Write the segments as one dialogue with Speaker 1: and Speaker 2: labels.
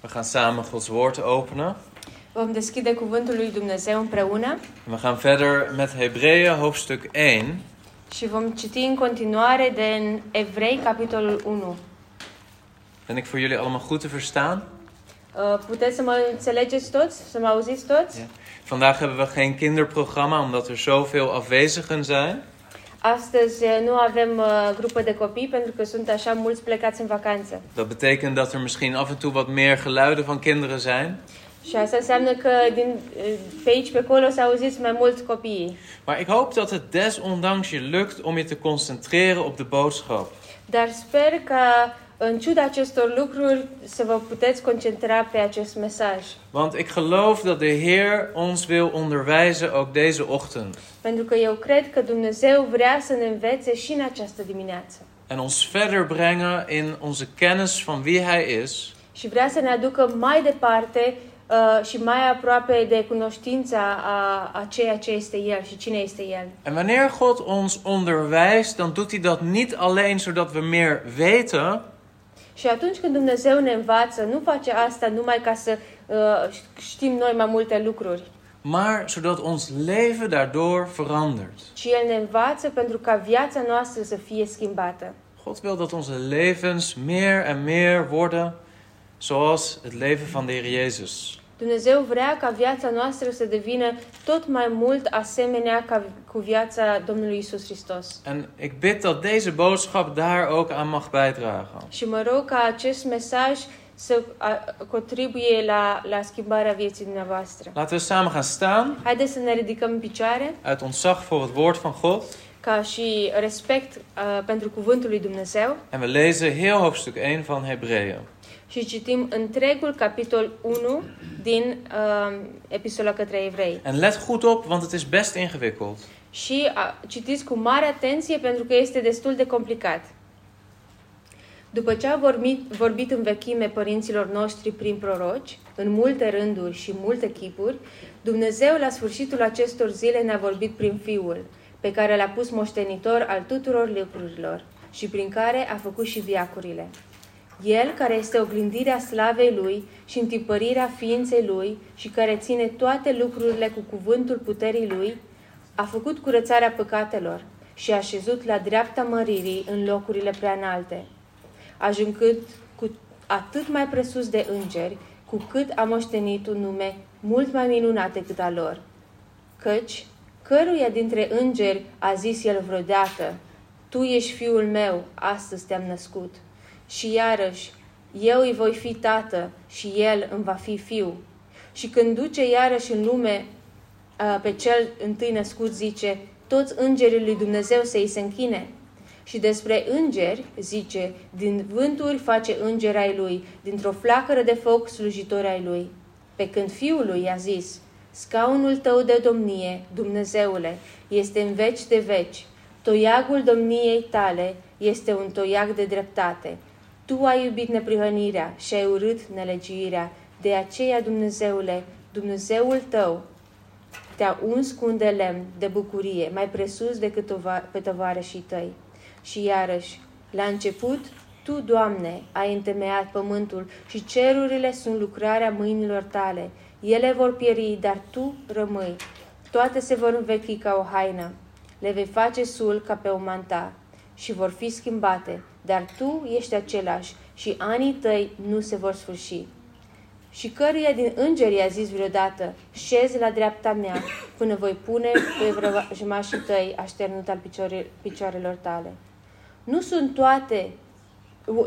Speaker 1: We gaan samen Gods woord openen.
Speaker 2: Vom deschide cuvântul lui Dumnezeu împreună
Speaker 1: We gaan verder met Hebreeën hoofdstuk 1.
Speaker 2: și vom citi în continuare din Evrei, capitolul 1.
Speaker 1: Ben ik voor jullie allemaal goed te verstaan?
Speaker 2: Uh, Puteți să mă înțelegeți toți? Să mă auziți toți?
Speaker 1: Ja. Vandaag hebben we geen kinderprogramma omdat er zoveel afwezigen zijn.
Speaker 2: Astăzi uh, nu avem uh, grupă de copii pentru că sunt așa mulți plecați în vacanță.
Speaker 1: Dat betekent dat er misschien af en toe wat meer geluiden van kinderen zijn.
Speaker 2: Și asta înseamnă că din, uh, pe aici, pe acolo, să auziți mai mult copiii.
Speaker 1: Maar ik hoop dat het desondanks je lukt om je te concentreren op de boodschap.
Speaker 2: Dar sper că, în ciuda acestor lucruri, să vă puteți concentra pe acest mesaj.
Speaker 1: Want ik geloof dat de Heer ons wil onderwijzen ook deze ochtend.
Speaker 2: Pentru că eu cred că Dumnezeu vrea să ne învețe și în această dimineață.
Speaker 1: En ons verder brengen in onze kennis van wie Hij is.
Speaker 2: Și vrea să ne aducă mai departe uh, și mai aproape de cunoștința a, a ceea ce este El și cine este El.
Speaker 1: En wanneer God ons onderwijst, dan doet hij dat niet alleen zodat we meer weten,
Speaker 2: Și atunci când Dumnezeu ne învață, nu face asta numai ca să uh, știm noi mai multe lucruri,
Speaker 1: maar zodat ons leven daardoor verandert.
Speaker 2: ci El ne învață pentru ca viața noastră să fie schimbată.
Speaker 1: God wil dat onze levens meer en meer worden zoals het leven van de Heer Jezus.
Speaker 2: Dumnezeu vrea ca viața noastră să devină tot mai mult asemenea ca cu viața Domnului Isus Hristos.
Speaker 1: En ik bid dat deze boodschap daar ook aan mag bijdragen.
Speaker 2: Și mă rog ca acest mesaj să a, contribuie la, la schimbarea vieții dumneavoastră.
Speaker 1: Laten we samen gaan staan
Speaker 2: Haideți să ne ridicăm în picioare
Speaker 1: uit ontzag voor het woord van God.
Speaker 2: ca și respect uh, pentru cuvântul lui Dumnezeu
Speaker 1: En we lezen heel hoofdstuk 1 van Hebreeën.
Speaker 2: și citim întregul capitol 1 din uh, epistola către evrei.
Speaker 1: En let goed op, want het is best ingewikkeld.
Speaker 2: Și a, citiți cu mare atenție pentru că este destul de complicat. După ce au vorbit, vorbit în vechime părinților noștri prin proroci, în multe rânduri și multe chipuri, Dumnezeu la sfârșitul acestor zile ne-a vorbit prin Fiul, pe care l-a pus moștenitor al tuturor lucrurilor și prin care a făcut și viacurile. El, care este oglindirea slavei Lui și întipărirea ființei Lui și care ține toate lucrurile cu cuvântul puterii Lui, a făcut curățarea păcatelor și a șezut la dreapta măririi în locurile prea înalte, ajungând cu atât mai presus de îngeri, cu cât a moștenit un nume mult mai minunat decât al lor. Căci, căruia dintre îngeri a zis el vreodată, Tu ești fiul meu, astăzi te-am născut. Și iarăși, eu îi voi fi tată și el îmi va fi fiu. Și când duce iarăși în lume uh, pe cel întâi născut, zice, toți îngerii lui Dumnezeu să îi se închine. Și despre îngeri, zice, din vânturi face îngeri ai lui, dintr-o flacără de foc slujitori ai lui. Pe când fiul lui i-a zis, scaunul tău de domnie, Dumnezeule, este în veci de veci, toiagul domniei tale este un toiac de dreptate. Tu ai iubit neprihănirea și ai urât nelegiuirea, de aceea, Dumnezeule, Dumnezeul tău te-a uns cu un de lemn de bucurie, mai presus decât tova- pe tovarășii tăi. Și iarăși, la început, Tu, Doamne, ai întemeiat pământul și cerurile sunt lucrarea mâinilor Tale. Ele vor pieri, dar Tu rămâi. Toate se vor învechi ca o haină. Le vei face sul ca pe o manta și vor fi schimbate, dar Tu ești același și anii Tăi nu se vor sfârși și căruia din îngeri a zis vreodată, șezi la dreapta mea până voi pune pe vrăjmașii tăi așternut al picioare- picioarelor tale. Nu sunt toate,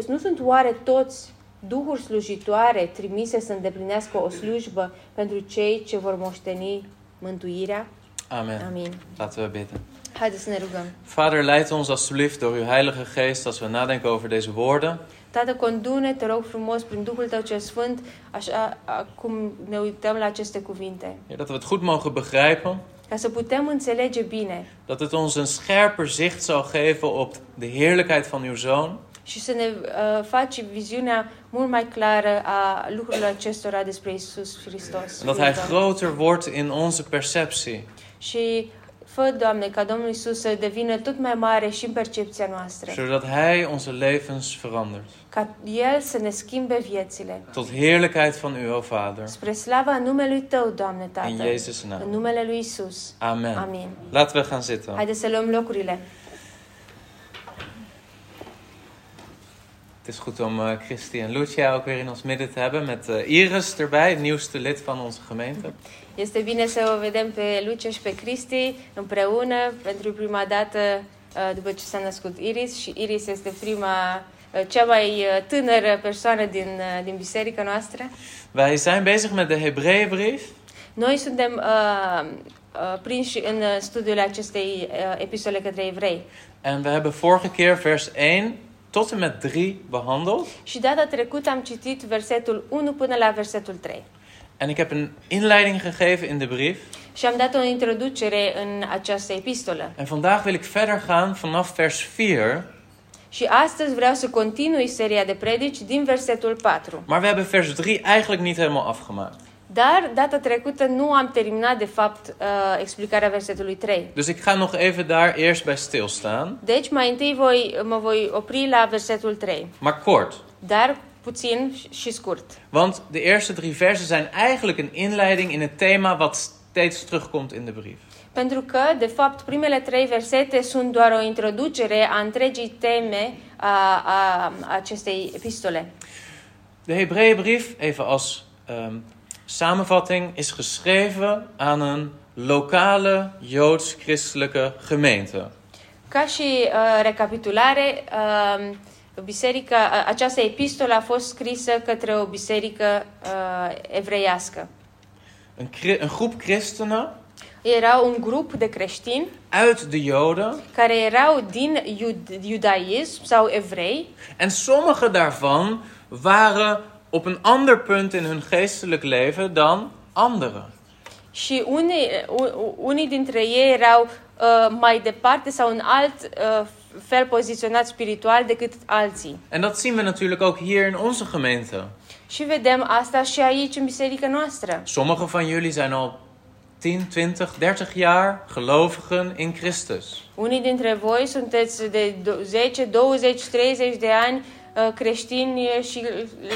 Speaker 2: nu sunt oare toți duhuri slujitoare trimise să îndeplinească o slujbă pentru cei ce vor moșteni mântuirea?
Speaker 1: Amen.
Speaker 2: Amin.
Speaker 1: Laten we bidden.
Speaker 2: Haideți să ne rugăm.
Speaker 1: Vader, leid ons alsjeblieft door uw Heilige Geest als we nadenken over deze woorden.
Speaker 2: Tată, condune, te rog frumos, prin Duhul Tău cel Sfânt, așa cum ne uităm la aceste cuvinte,
Speaker 1: Heer, dat we het goed mogen begrijpen.
Speaker 2: ca să putem înțelege bine
Speaker 1: Dat het ons een scherper zicht zal geven op de heerlijkheid van uw Zoon.
Speaker 2: și să ne uh, faci viziunea mult mai clară a lucrurilor acestora despre Isus Hristos.
Speaker 1: En dat Hij groter wordt in onze perceptie.
Speaker 2: și Fă, Doamne, ca Domnul Isus să devină tot mai mare și în percepția noastră,
Speaker 1: zodat Hij onze levens verandert.
Speaker 2: ca El să ne schimbe viețile.
Speaker 1: Tot heerlijkheid van U, o Vader.
Speaker 2: Spre slava numelui Tău, Doamne
Speaker 1: In
Speaker 2: Tată,
Speaker 1: Jezus'
Speaker 2: în
Speaker 1: naam.
Speaker 2: numele Lui Isus.
Speaker 1: Amen.
Speaker 2: Amin.
Speaker 1: Laten we gaan zitten.
Speaker 2: Haideți să luăm locurile.
Speaker 1: Het is goed om eh, Christy en Lucia ook weer in ons midden te hebben. Met eh, Iris erbij, het nieuwste lid van onze gemeente.
Speaker 2: Este bine să o vedem pe Luce și pe Cristi împreună pentru prima dată uh, după ce s-a născut Iris și Iris este prima, uh, cea mai uh, tânără persoană din, uh, din biserica noastră.
Speaker 1: Wij zijn bezig met de Hebreeënbrief.
Speaker 2: Noi suntem uh, uh, prinși în uh, studiul acestei uh, epistole către evrei.
Speaker 1: En we hebben vorige keer vers 1 tot en met 3 behandeld.
Speaker 2: Și data trecută am citit versetul 1 până la versetul 3.
Speaker 1: En ik heb een inleiding gegeven in de brief.
Speaker 2: Și am dat o introducere în această epistolă.
Speaker 1: En vandaag wil ik verder gaan vanaf vers 4.
Speaker 2: Și astăzi vreau să continui seria de predici din versetul 4.
Speaker 1: Maar we hebben vers 3 eigenlijk niet helemaal afgemaakt.
Speaker 2: Dar data trecută nu am terminat, de fapt, uh, explicarea versetului 3.
Speaker 1: Dus ik ga nog even daar eerst bij stilstaan.
Speaker 2: Deci, mai întâi voi, mă voi opri la versetul 3,
Speaker 1: Maar kort.
Speaker 2: dar puțin și- și scurt.
Speaker 1: Want de eerste drie versen zijn eigenlijk een inleiding in het thema wat steeds terugkomt in de brief.
Speaker 2: Pentru că, de fapt, primele trei versete sunt doar o introducere a întregii teme a, a acestei epistole.
Speaker 1: De Hebreeënbrief, even als ehm, samenvatting, is geschreven aan een lokale joods-christelijke gemeente.
Speaker 2: Ca și uh, recapitulare, uh, biserica, a- această epistolă a fost scrisă către o biserică uh, evreiască.
Speaker 1: Een, chri- een groep christenen
Speaker 2: Era un grup de creștini
Speaker 1: uit de Joden.
Speaker 2: care erau din iud- iudaism sau evrei
Speaker 1: En sommige daarvan waren op een ander punt in hun geestelijk leven dan anderen.
Speaker 2: și unii, u- unii dintre ei erau uh, mai departe sau în alt uh, fel poziționat spiritual decât alții.
Speaker 1: En dat zien we natuurlijk ook hier in onze gemeente.
Speaker 2: Și vedem asta și aici în biserica noastră.
Speaker 1: Sommigen van jullie zijn al 10, 20, 30 jaar gelovigen in Christus.
Speaker 2: Unii dintre voi sunteți de do- 10, 20, 30 de ani uh, creștini și uh,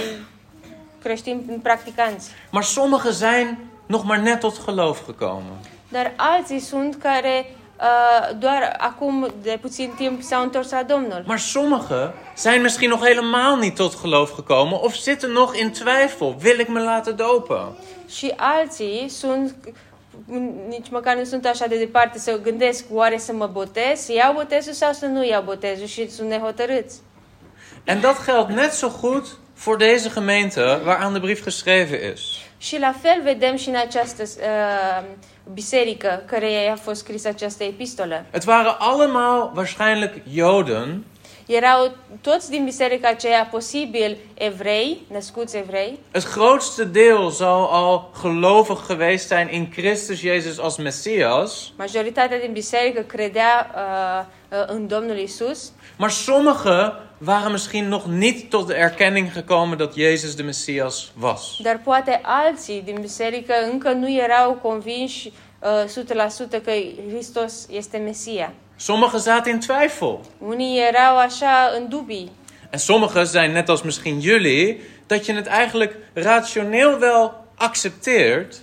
Speaker 2: creștini practicanți.
Speaker 1: Maar sommigen zijn nog maar net tot geloof gekomen.
Speaker 2: Dar alții sunt care uh, doar acum de puțin timp s-au întors la Domnul.
Speaker 1: Maar sommigen zijn misschien nog helemaal niet tot geloof gekomen of zitten nog in twijfel. Wil ik me laten dopen?
Speaker 2: Și alții sunt, nici măcar nu sunt așa de departe să gândesc oare să mă botez, să iau botezul sau să nu iau botezul și sunt nehotărâți.
Speaker 1: En dat geldt net zo goed voor deze gemeente waaraan de brief geschreven is.
Speaker 2: Și la fel vedem și în această uh, biserică care a fost scrisă această epistolă.
Speaker 1: Het waren allemaal waarschijnlijk Joden
Speaker 2: Erau toți din biserica aceea posibil evrei, născuți evrei,
Speaker 1: Het grootste deel zal al gelovig geweest zijn in Christus Jezus als Messias.
Speaker 2: majoritatea din biserică credea uh, uh, în Domnul Isus,
Speaker 1: Maar sommigen waren misschien nog niet tot de erkenning gekomen dat Jezus de Messias was.
Speaker 2: dar poate alții din biserică încă nu erau convinși uh, 100% că Hristos este Mesia.
Speaker 1: Sommigen zaten in twijfel.
Speaker 2: Unii erau așa în dubii
Speaker 1: En sommigen zijn net als misschien jullie, dat je het eigenlijk rationeel wel accepteert.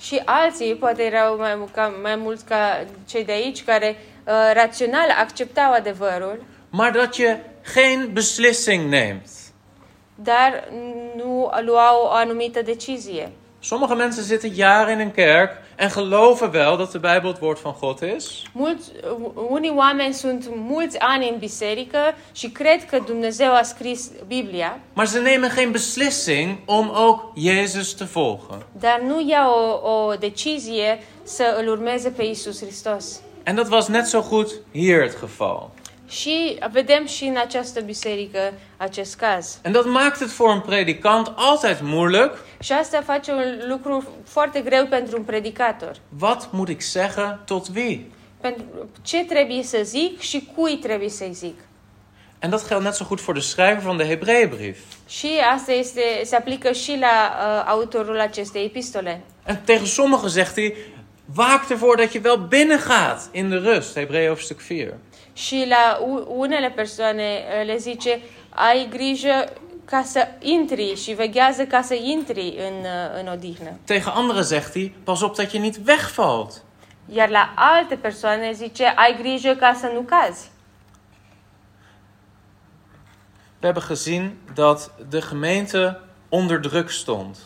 Speaker 2: și alții poate erau mai, mu- ca, mai mult ca cei de aici care uh, rațional acceptau adevărul,
Speaker 1: Maar dat je geen beslissing neemt.
Speaker 2: dar nu luau o anumită decizie.
Speaker 1: Sommige mensen zitten jaren in een kerk en geloven wel dat de Bijbel het woord van God is.
Speaker 2: Mulți, uh, unii oameni sunt mulți ani în biserică și cred că Dumnezeu a scris Biblia,
Speaker 1: Maar ze nemen geen beslissing om ook Jezus te volgen.
Speaker 2: dar nu iau o, o decizie să îl urmeze pe Isus Hristos.
Speaker 1: En dat was net zo goed hier het geval.
Speaker 2: Și vedem și în această biserică acest caz.
Speaker 1: En dat maakt het voor een predikant altijd moeilijk.
Speaker 2: Și asta face un lucru foarte greu pentru un predicator.
Speaker 1: Wat moet ik zeggen tot wie?
Speaker 2: Pentru ce trebuie să zic și cui trebuie să-i zic.
Speaker 1: En dat geldt net zo goed voor de schrijver van de Hebreeënbrief.
Speaker 2: Și asta este, se aplică și la uh, autorul acestei epistole.
Speaker 1: En tegen sommigen zegt hij: Waak ervoor dat je wel binnengaat in de rust. Hebreeën hoofdstuk 4.
Speaker 2: Și la u- unele persoane uh, le zice, ai grijă ca să intri și veghează ca să intri în, uh, în odihnă.
Speaker 1: Tegen anderen zegt hij, pas op dat je niet wegvalt.
Speaker 2: Iar la alte persoane zice, ai grijă ca să nu cazi.
Speaker 1: We hebben gezien dat de gemeente onder druk stond.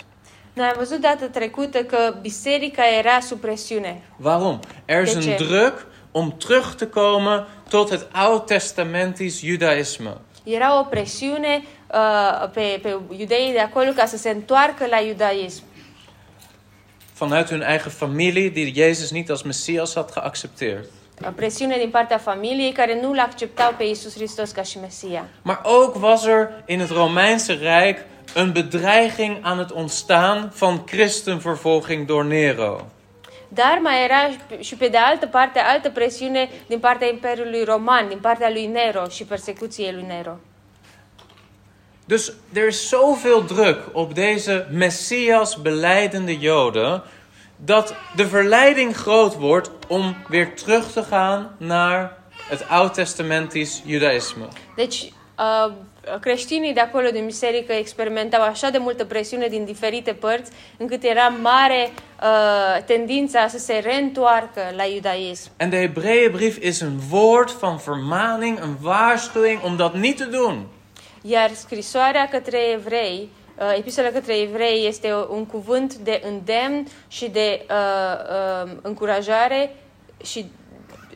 Speaker 2: Noi am văzut data trecută că biserica era sub presiune.
Speaker 1: Waarom? Er is
Speaker 2: Dat
Speaker 1: een
Speaker 2: je-
Speaker 1: druk om terug te komen tot het oud-testamentisch judaïsme.
Speaker 2: Era o presiune uh, pe, pe iudeii de acolo ca să se întoarcă la iudaism.
Speaker 1: Vanuit hun eigen familie die Jezus niet als Messias had geaccepteerd.
Speaker 2: O presiune din partea familiei care nu l acceptau pe Isus Hristos ca și Mesia.
Speaker 1: Maar ook was er in het Romeinse Rijk een bedreiging aan het ontstaan van christenvervolging door Nero.
Speaker 2: Dar mai era și- și pe de altă parte altă presiune din partea Imperiului Roman, din partea lui Nero și persecuției lui Nero.
Speaker 1: Dus er is zoveel druk op deze Messias beleidende Joden dat de verleiding groot wordt om weer terug te gaan naar het oud-testamentisch judaïsme.
Speaker 2: Deci, uh, creștinii de acolo din biserică experimentau așa de multă presiune din diferite părți, încât era mare uh, tendința să se reîntoarcă la iudaism.
Speaker 1: En de Hebreeënbrief is een woord van vermaning, een waarschuwing om dat niet te doen.
Speaker 2: Iar scrisoarea către evrei, uh, epistola către evrei este o- un cuvânt de îndemn și de uh, uh, încurajare și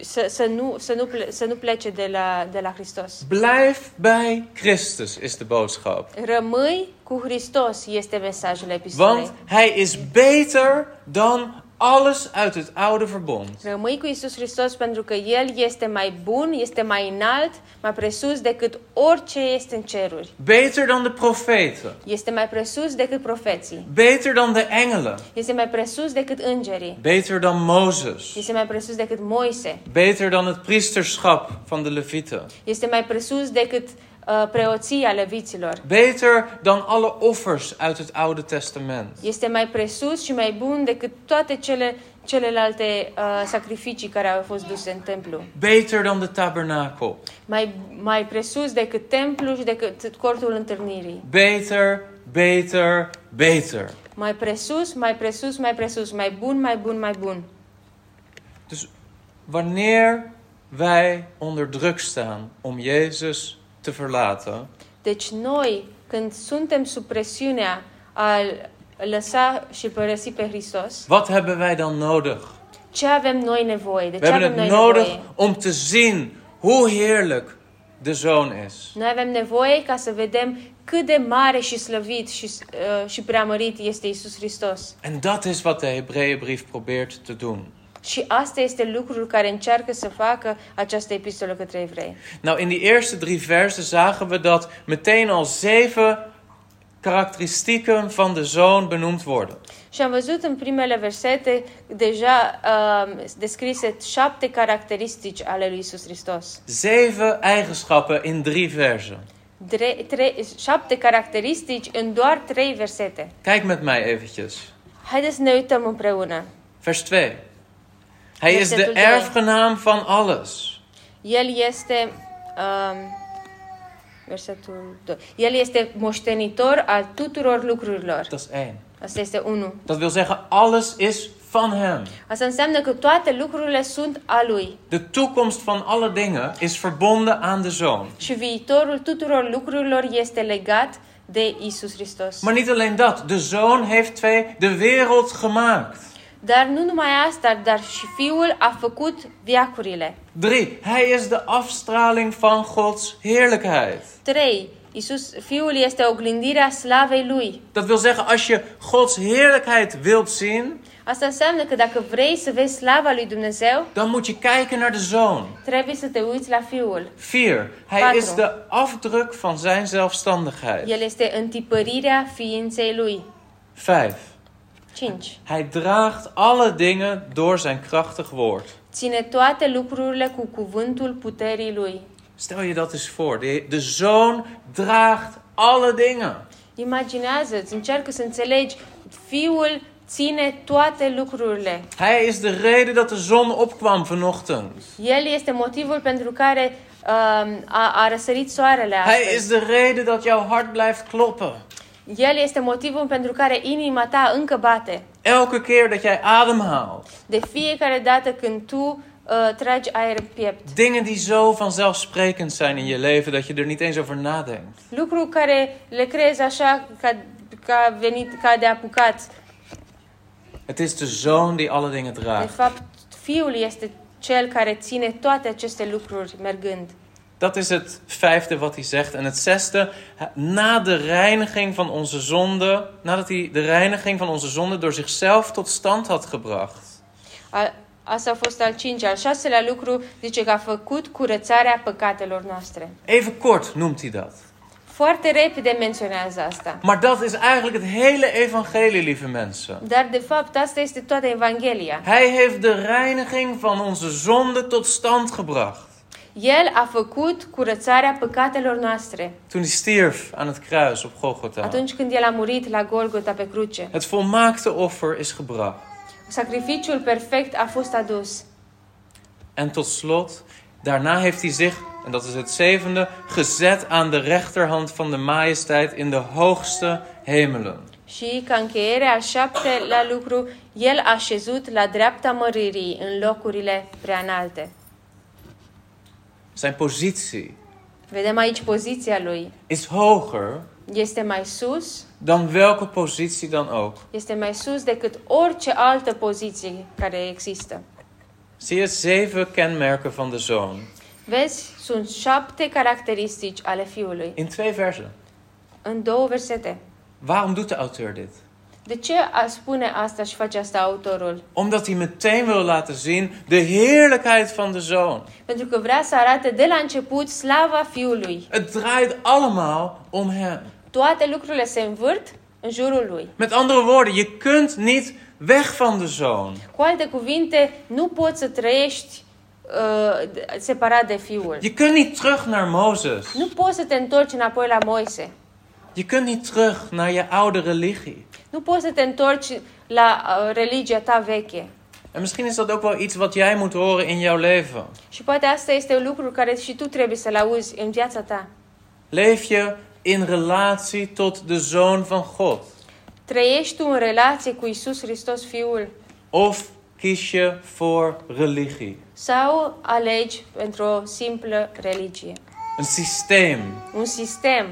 Speaker 2: să, să, nu, să, nu ple- să nu plece de la, de la Hristos.
Speaker 1: Blijf bij Christus is de boodschap.
Speaker 2: Rămâi cu Hristos este mesajul epistolei.
Speaker 1: Want hij is beter dan alles uit het oude verbond.
Speaker 2: Rămâi cu Isus Hristos pentru că El este mai bun, este mai înalt, mai presus decât orice este în ceruri.
Speaker 1: Beter dan de profeten.
Speaker 2: Este mai presus decât profeții.
Speaker 1: Beter dan de engelen.
Speaker 2: Este mai presus decât îngerii.
Speaker 1: Beter dan Mozes.
Speaker 2: Este mai presus decât Moise.
Speaker 1: Beter dan het priesterschap van de Levieten.
Speaker 2: Este mai presus decât uh, preoția leviților.
Speaker 1: Beter dan alle offers uit het Oude Testament.
Speaker 2: Este mai presus și mai bun decât toate cele, celelalte uh, sacrificii care au fost duse în templu.
Speaker 1: Beter dan de tabernakel.
Speaker 2: Mai, mai presus decât templu și decât cortul întâlnirii.
Speaker 1: Beter, beter, beter.
Speaker 2: Mai presus, mai presus, mai presus, mai bun, mai bun, mai bun.
Speaker 1: Dus wanneer wij onder druk staan om Jezus te verlaten,
Speaker 2: Deci noi, când suntem sub presiunea a lăsa și părăsi pe Hristos,
Speaker 1: wat hebben wij dan nodig?
Speaker 2: ce avem noi nevoie? De
Speaker 1: We
Speaker 2: ce avem
Speaker 1: hebben
Speaker 2: noi
Speaker 1: het nodig
Speaker 2: nevoie?
Speaker 1: om te zien hoe heerlijk de zoon is.
Speaker 2: Noi avem nevoie ca să vedem cât de mare și slăvit și, uh, și preamărit este Isus Hristos.
Speaker 1: En dat is wat de Hebreeënbrief probeert te doen.
Speaker 2: Și asta este lucrul care încearcă să facă această epistolă către evrei.
Speaker 1: Nou, in die eerste drie versen zagen we dat meteen al zeven karakteristieken van de zoon benoemd worden.
Speaker 2: Și am văzut în primele versete deja uh, descrise șapte caracteristici ale lui Isus Hristos.
Speaker 1: Zeven eigenschappen in drie versen.
Speaker 2: Dre- tre- șapte caracteristici în doar trei versete.
Speaker 1: Kijk met mij eventjes.
Speaker 2: Haideți să ne uităm împreună.
Speaker 1: Vers 2. Hij is de
Speaker 2: Versetul doi.
Speaker 1: erfgenaam van alles.
Speaker 2: El este um, versetul 2. El este moștenitor al tuturor lucrurilor.
Speaker 1: Dat is één.
Speaker 2: Asta este 1.
Speaker 1: Dat wil zeggen, alles is van hem.
Speaker 2: Asta înseamnă că toate lucrurile sunt a lui
Speaker 1: De toekomst van alle dingen is verbonden aan de zoon.
Speaker 2: și viitorul tuturor lucrurilor este legat de Isus Hristos.
Speaker 1: Maar niet alleen dat, de zoon heeft twee de wereld gemaakt.
Speaker 2: Dar nu numai asta, dar și Fiul a făcut viacurile.
Speaker 1: Drie, hij is de afstraling van Gods heerlijkheid.
Speaker 2: 3. Isus, Fiul este oglindirea slavei lui.
Speaker 1: Dat wil zeggen, als je Gods heerlijkheid wilt zien,
Speaker 2: Asta înseamnă că dacă vrei să vezi slava lui Dumnezeu,
Speaker 1: dan moet je kijken naar de zoon.
Speaker 2: trebuie să te uiți la Fiul.
Speaker 1: Vier, hij
Speaker 2: Patro.
Speaker 1: is de afdruk van zijn zelfstandigheid.
Speaker 2: El este întipărirea ființei lui.
Speaker 1: Vijf,
Speaker 2: 5.
Speaker 1: hij draagt alle dingen door zijn krachtig woord.
Speaker 2: Ține toate lucrurile cu cuvântul puterii lui.
Speaker 1: Stel je dat eens voor, de, de zoon draagt alle dingen.
Speaker 2: Imaginează-ți, încearcă să înțelegi, Fiul ține toate lucrurile.
Speaker 1: Hij is de reden dat de zon opkwam vanochtend.
Speaker 2: El este motivul pentru care um, a, a răsărit soarele
Speaker 1: Hij
Speaker 2: astăzi.
Speaker 1: is de reden dat jouw hart blijft kloppen.
Speaker 2: El este motivul pentru care inima ta încă bate.
Speaker 1: Elke keer dat jij ademhaalt.
Speaker 2: De fiecare dată când tu uh, tragi aer în piept.
Speaker 1: Dingen die zo vanzelfsprekend zijn in je leven dat je er niet eens over nadenkt.
Speaker 2: Lucruri care le crezi așa ca, ca, venit, ca de apucat.
Speaker 1: Het is de zoon die alle dingen
Speaker 2: De
Speaker 1: draagt.
Speaker 2: fapt, Fiul este cel care ține toate aceste lucruri mergând.
Speaker 1: Dat is het vijfde wat hij zegt. En het zesde, na de reiniging van onze zonde, nadat hij de reiniging van onze zonde door zichzelf tot stand had gebracht.
Speaker 2: A, asta a fost al cincea. Al șaselea lucru zice că a făcut curățarea păcatelor noastre.
Speaker 1: Even kort noemt hij dat.
Speaker 2: Foarte repede menționează asta.
Speaker 1: Maar dat is eigenlijk het hele evangelie, lieve mensen.
Speaker 2: Dar, de fapt, asta este toată Evanghelia.
Speaker 1: Hij heeft de reiniging van onze zonde tot stand gebracht.
Speaker 2: El a făcut curățarea păcatelor noastre
Speaker 1: Toen hij stierf aan het kruis op Golgotha.
Speaker 2: atunci când El a murit la Golgota pe cruce.
Speaker 1: Het volmaakte offer is gebracht.
Speaker 2: Sacrificiul perfect a fost adus.
Speaker 1: En tot slot, daarna heeft hij zich, en dat is het zevende, gezet aan de rechterhand van de majesteit in de hoogste hemelen.
Speaker 2: Și, ca încheiere, al șaptelea lucru, El a șezut la dreapta măririi în locurile prea înalte.
Speaker 1: Zijn positie
Speaker 2: Vedem aici poziția Lui.
Speaker 1: is hoger
Speaker 2: Este mai sus,
Speaker 1: dan welke positie dan ook.
Speaker 2: este mai sus decât orice altă poziție care există.
Speaker 1: Zie je zeven kenmerken van de zoon
Speaker 2: Vezi, sunt șapte caracteristici ale Fiului.
Speaker 1: in twee versen.
Speaker 2: În două versete.
Speaker 1: Waarom doet de auteur dit?
Speaker 2: De ce a spune asta și face asta autorul?
Speaker 1: Omdat hij meteen wil laten zien de heerlijkheid van de zoon.
Speaker 2: Pentru că vrea să arate de la început slava Fiului.
Speaker 1: Het draait allemaal om hem.
Speaker 2: Toate lucrurile se învârt în jurul Lui.
Speaker 1: Met andere woorden, je kunt niet weg van de zoon.
Speaker 2: Cu alte cuvinte, nu poți să trăiești uh, separat de Fiul.
Speaker 1: Je kunt niet terug naar Mozes.
Speaker 2: Nu poți să te întorci înapoi la Moise.
Speaker 1: Je kunt niet terug naar je oude religie.
Speaker 2: Nu poți să te întorci la uh, religia ta veche.
Speaker 1: En misschien is dat ook wel iets wat jij moet horen in jouw leven.
Speaker 2: Și poate asta este un lucru care și tu trebuie să-l auzi în viața ta.
Speaker 1: Leef je in relatie tot de zoon van God?
Speaker 2: Trăiești tu în relație cu Isus Hristos Fiul
Speaker 1: Of kies je voor religie?
Speaker 2: sau alegi pentru o simplă religie?
Speaker 1: Een systeem
Speaker 2: Un sistem,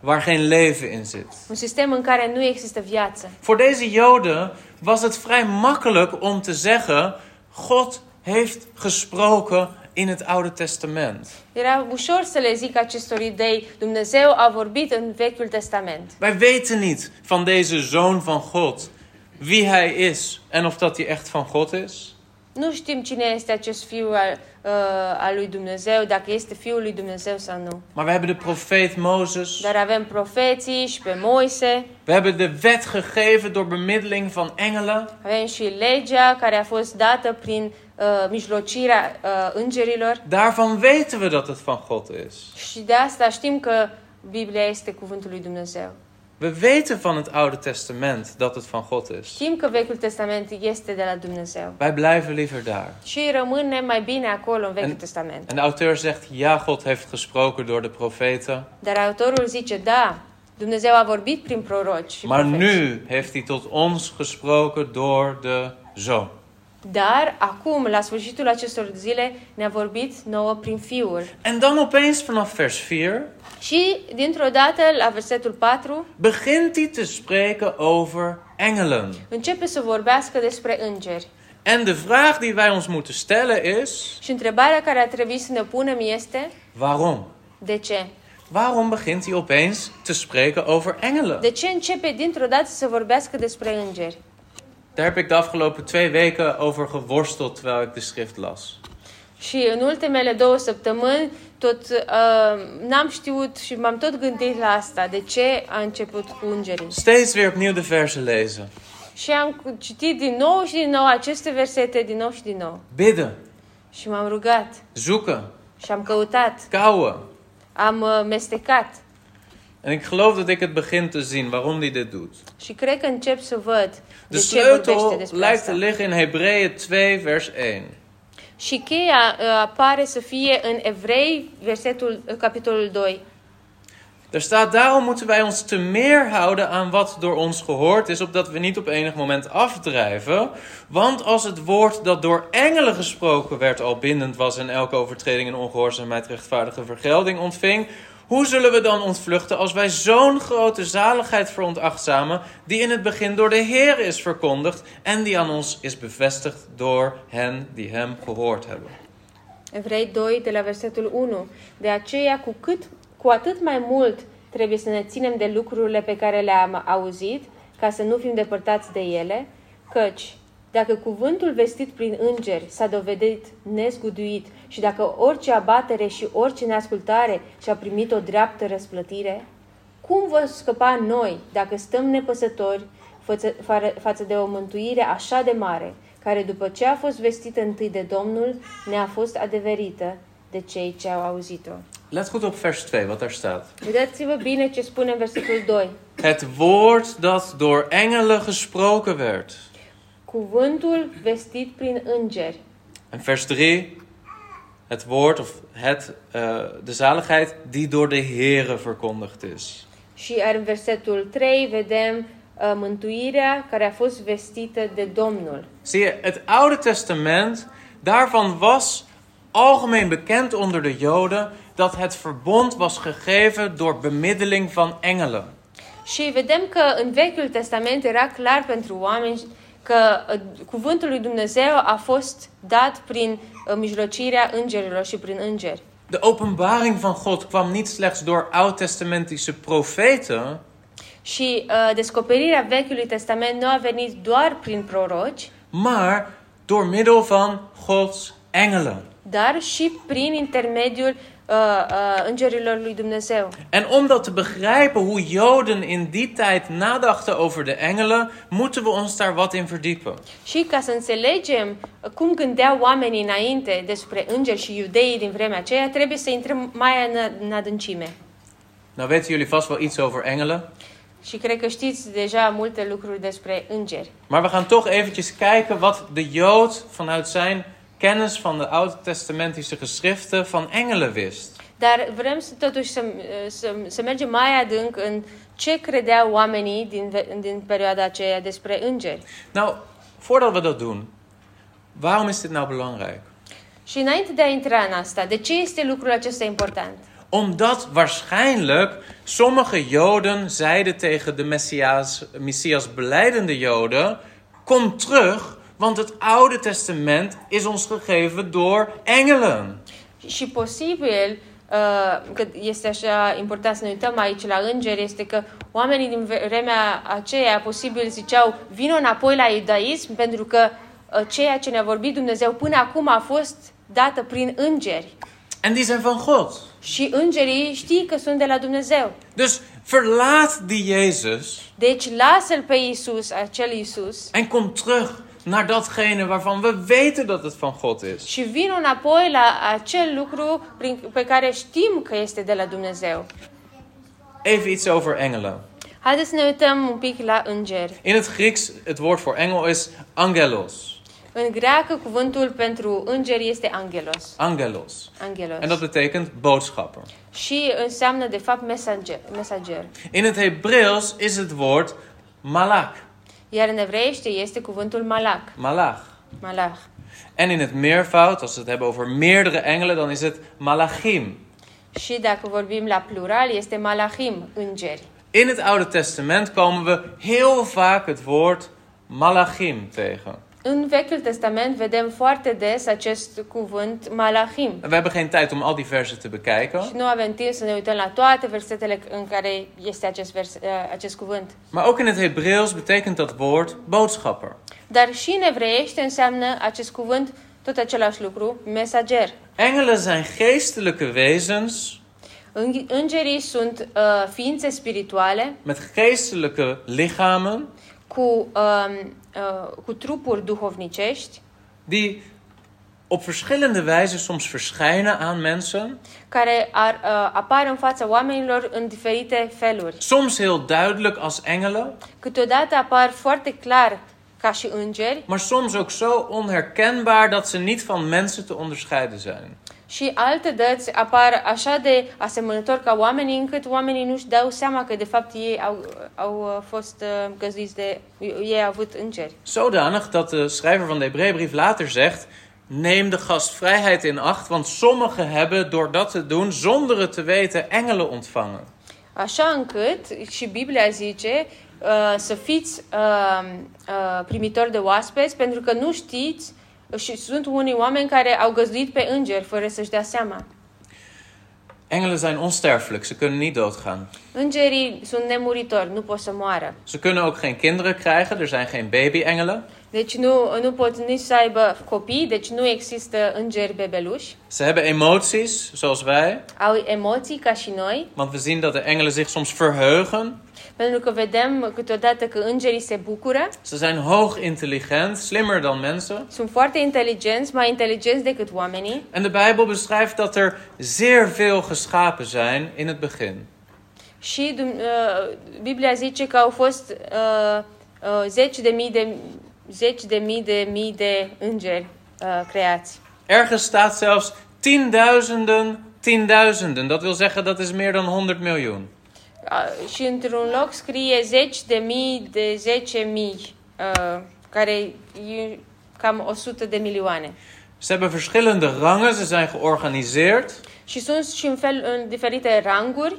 Speaker 1: waar geen leven in zit.
Speaker 2: un sistem în care nu există viață.
Speaker 1: Voor deze Joden was het vrij makkelijk om te zeggen: God heeft gesproken in het Oude Testament.
Speaker 2: Era ușor să le zic acestor idei, Dumnezeu a vorbit în Vechiul Testament.
Speaker 1: Wij weten niet van deze zoon van God wie hij is en of dat hij echt van God is.
Speaker 2: Nu știm cine este acest fiu al, uh, al lui Dumnezeu, dacă este fiul lui Dumnezeu sau nu.
Speaker 1: Maar we hebben de profeet Mozes.
Speaker 2: Dar avem profeții și pe Moise,
Speaker 1: We hebben de wet gegeven door bemiddeling van engelen.
Speaker 2: avem și legea care a fost dată prin uh, mijlocirea uh, îngerilor
Speaker 1: Daarvan weten we dat het van God is.
Speaker 2: și de asta știm că Biblia este cuvântul lui Dumnezeu.
Speaker 1: We weten van het Oude Testament dat het van God is.
Speaker 2: Știm că Vechiul Testament este de la Dumnezeu
Speaker 1: Wij blijven liever daar.
Speaker 2: și rămânem mai bine acolo în Vechiul
Speaker 1: În-
Speaker 2: Testament.
Speaker 1: En de auteur zegt: Ja, God heeft gesproken door de profeten.
Speaker 2: Dar autorul zice, da, Dumnezeu a vorbit prin proroci și
Speaker 1: Maar
Speaker 2: profeți.
Speaker 1: nu heeft hij tot ons gesproken door de zoon.
Speaker 2: Dar acum, la sfârșitul acestor zile, ne-a vorbit nouă prin Fiul.
Speaker 1: En dan opeens vanaf vers 4
Speaker 2: Și, dintr-o dată, la versetul 4,
Speaker 1: begint hij te spreken over engelen.
Speaker 2: începe să vorbească despre îngeri.
Speaker 1: En de vraag die wij ons moeten stellen is:
Speaker 2: Și întrebarea care ar trebui să ne punem este,
Speaker 1: waarom?
Speaker 2: de ce?
Speaker 1: Waarom begint hij opeens te spreken over engelen?
Speaker 2: De ce începe dintr-o dată să vorbească despre îngeri?
Speaker 1: Daar heb ik de afgelopen twee weken over geworsteld terwijl ik de schrift las.
Speaker 2: Și în ultimele două săptămâni tot uh, n-am știut și m-am tot gândit la asta, de ce a început cu îngerii.
Speaker 1: Steeds weer opnieuw de versen lezen.
Speaker 2: Și am citit din nou și din nou aceste versete, din nou și din nou.
Speaker 1: Bidden,
Speaker 2: Și m-am rugat
Speaker 1: zoeken,
Speaker 2: și am căutat
Speaker 1: kauwen.
Speaker 2: Am uh, mestecat.
Speaker 1: En ik geloof dat ik het begin te zien waarom hij dit doet.
Speaker 2: Și cred că încep să văd
Speaker 1: De
Speaker 2: de ce vorbește
Speaker 1: sleutel
Speaker 2: despre
Speaker 1: lijkt te
Speaker 2: asta.
Speaker 1: liggen in Hebreeën 2, vers 1.
Speaker 2: Și cheia uh, apare să fie în Evrei, versetul, uh, capitolul 2.
Speaker 1: Daar staat, daarom moeten wij ons te meer houden aan wat door ons gehoord is, opdat we niet op enig moment afdrijven. Want als het woord dat door engelen gesproken werd al bindend was en elke overtreding en ongehoorzaamheid rechtvaardige vergelding ontving, hoe zullen we dan ontvluchten als wij zo'n grote zaligheid verontachtzamen, die in het begin door de Heer is verkondigd en die aan ons is bevestigd door hen die hem gehoord hebben?
Speaker 2: Evrei 2, de la versetul 1. De aceea, cu, cât, cu atât mai mult trebuie să ne ținem de lucrurile pe care le-am auzit, ca să nu fim depărtați de ele, căci dacă cuvântul vestit prin îngeri s-a dovedit nezguduit și dacă orice abatere și orice neascultare și-a primit o dreaptă răsplătire, cum vor scăpa noi dacă stăm nepăsători față, fară- față de o mântuire așa de mare, care după ce a fost vestită întâi de Domnul, ne-a fost adeverită de cei ce au auzit-o?
Speaker 1: Let goed op vers 2, wat daar staat.
Speaker 2: Uitați-vă bine ce spune în versetul 2.
Speaker 1: Het woord dat door engelen gesproken werd.
Speaker 2: Cuvântul vestit prin îngeri.
Speaker 1: En vers 3. Het woord of het, eh, de zaligheid die door de Here verkondigd is.
Speaker 2: Și iar în versetul 3 vedem uh, mântuirea care a fost vestită de Domnul.
Speaker 1: Zie je, het Oude Testament, daarvan was algemeen bekend onder de Joden dat het verbond was gegeven door bemiddeling van engelen.
Speaker 2: Și vedem că în Vechiul Testament era clar pentru oameni că uh, cuvântul lui Dumnezeu a fost dat prin uh, mijlocirea îngerilor și prin îngeri.
Speaker 1: De openbaring van God kwam niet slechts door oud-testamentische profeten,
Speaker 2: Și uh, descoperirea Vechiului Testament nu a venit doar prin proroci,
Speaker 1: maar door middel van Gods engelen.
Speaker 2: dar și prin intermediul uh, uh, îngerilor lui Dumnezeu.
Speaker 1: En om dat te begrijpen hoe Joden in die tijd nadachten over de engelen, moeten we ons daar wat in verdiepen.
Speaker 2: Și ca să înțelegem uh, cum gândeau oamenii înainte despre îngeri și iudeii din vremea aceea, trebuie să intrăm mai în, în adâncime.
Speaker 1: Nou weten jullie vast wel iets over engelen,
Speaker 2: Și cred că știți deja multe lucruri despre îngeri.
Speaker 1: maar we gaan toch eventjes kijken wat de Jood vanuit zijn kennis van de Oud-testamentische geschriften van engelen wist.
Speaker 2: Dar vrem să, totuși să, să, să mergem mai adânc în ce credeau oamenii din, ve- din perioada aceea despre îngeri.
Speaker 1: Nou, voordat we dat doen, waarom is dit nou belangrijk?
Speaker 2: Și înainte de a intra în asta, de ce este lucrul acesta important?
Speaker 1: Omdat waarschijnlijk sommige Joden zeiden tegen de Messias, Messias beleidende Joden: Kom terug, want het Oude Testament is ons gegeven door engelen.
Speaker 2: Și posibil uh, că este așa important să ne uităm aici la îngeri, este că oamenii din ve- vremea aceea posibil ziceau vină înapoi la iudaism pentru că uh, ceea ce ne-a vorbit Dumnezeu până acum a fost dată prin îngeri.
Speaker 1: En die zijn van God.
Speaker 2: Și îngerii știi că sunt de la Dumnezeu.
Speaker 1: Dus verlaat die Jezus
Speaker 2: Deci lasă-l pe Isus, acel Isus,
Speaker 1: en kom terug naar datgene waarvan we weten dat het van God is.
Speaker 2: și vin înapoi la acel lucru prin, pe care știm că este de la Dumnezeu.
Speaker 1: Even iets over engelen.
Speaker 2: Haideți să ne uităm un pic la îngeri.
Speaker 1: In het Grieks, het woord voor engel is angelos.
Speaker 2: În greacă, cuvântul pentru îngeri este angelos.
Speaker 1: Angelos.
Speaker 2: Angelos.
Speaker 1: En dat betekent boodschapper.
Speaker 2: Și înseamnă, de fapt, mesager. mesager.
Speaker 1: In het Hebreeuws is het woord malach.
Speaker 2: Iar în evreiește este cuvântul malach.
Speaker 1: Malach.
Speaker 2: Malach.
Speaker 1: En in het meervoud, als we het hebben over meerdere engelen, dan is het malachim.
Speaker 2: Și dacă vorbim la plural, este malachim, îngeri.
Speaker 1: In het Oude Testament komen we heel vaak het woord malachim tegen.
Speaker 2: În Vechiul Testament vedem foarte des acest cuvânt malachim.
Speaker 1: We hebben geen tijd om al die versen te
Speaker 2: Și
Speaker 1: bekijken.
Speaker 2: nu avem timp să ne uităm la toate versetele în care este acest, vers, eh, acest cuvânt.
Speaker 1: Maar ook in het Hebreeuws betekent dat woord boodschapper.
Speaker 2: Dar și în evreiește înseamnă acest cuvânt tot același lucru, mesager.
Speaker 1: Engelen zijn geestelijke wezens
Speaker 2: Îng- Îngerii sunt uh, ființe spirituale
Speaker 1: met geestelijke lichamen
Speaker 2: cu, um, uh, cu trupuri duhovnicești
Speaker 1: die op verschillende wijzen soms verschijnen aan mensen.
Speaker 2: care ar uh, apar în fața oamenilor în diferite feluri.
Speaker 1: Soms heel duidelijk als engelen,
Speaker 2: Câteodată apar foarte clar ca și îngeri
Speaker 1: maar soms ook zo onherkenbaar dat ze niet van mensen te onderscheiden zijn.
Speaker 2: și alte dăți apar așa de asemănători ca oamenii încât oamenii nu-și dau seama că de fapt ei au, au uh, fost uh, găzduiți de... ei au avut îngeri.
Speaker 1: Zodanig dat de schrijver van de Hebreeënbrief later zegt: Neem de gastvrijheid in acht, want sommigen hebben door dat te doen zonder het te weten engelen ontvangen.
Speaker 2: Așa încât, și Biblia zice, uh, să fiți uh, uh, primitori de oaspeți, pentru că nu știți și sunt unii oameni care au găzduit pe îngeri fără să-și dea seama.
Speaker 1: Engelen zijn onsterfelijk, ze kunnen niet doodgaan.
Speaker 2: Îngerii sunt nemuritori, nu pot să moară.
Speaker 1: Ze kunnen ook geen kinderen krijgen, er zijn geen baby-engelen.
Speaker 2: Deci nu, nu pot nici să aibă copii, deci nu există îngeri bebeluși.
Speaker 1: Ze hebben emoties, zoals wij,
Speaker 2: Au emoții ca și noi,
Speaker 1: want we zien dat de engelen zich soms verheugen.
Speaker 2: pentru că vedem câteodată că îngerii se bucură,
Speaker 1: Ze zijn hoog intelligent, slimmer dan mensen.
Speaker 2: sunt foarte inteligenți, mai inteligenți decât oamenii.
Speaker 1: En de Bijbel beschrijft dat er zeer veel geschapen zijn in het begin.
Speaker 2: Și Dum- uh, Biblia zice că au fost uh, uh, zeci de mii de zeci de mii de mii de îngeri uh, creați.
Speaker 1: Ergens staat zelfs tienduizenden, tienduizenden. Dat wil zeggen dat is meer dan 100 miljoen.
Speaker 2: Uh, și într-un loc scrie zeci de mii de zece mii, uh, care e cam 100 de milioane.
Speaker 1: Ze hebben verschillende rangen, ze zijn georganiseerd.
Speaker 2: Și sunt și în, fel, în diferite ranguri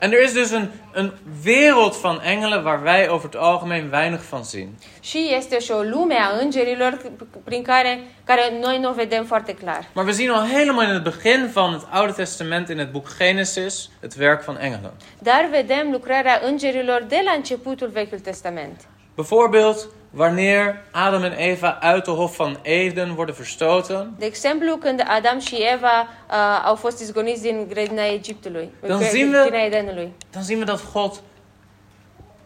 Speaker 1: En er is dus een, een wereld van engelen waar wij over het algemeen weinig van zien.
Speaker 2: și este și o lume a îngerilor c- prin care, care noi nu o vedem foarte clar.
Speaker 1: Maar we zien al helemaal in het begin van het Oude Testament in het boek Genesis het werk van engelen.
Speaker 2: Dar vedem lucrarea îngerilor de la începutul Vechiul Testament.
Speaker 1: Bijvoorbeeld wanneer Adam en Eva uit de hof van Eden worden verstoten,
Speaker 2: De exemplu, când Adam și Eva uh, au fost izgoniți din grădina Egiptului,
Speaker 1: Dar
Speaker 2: gre-
Speaker 1: zi-mi-
Speaker 2: grădina Edenului.
Speaker 1: dan zien we dat God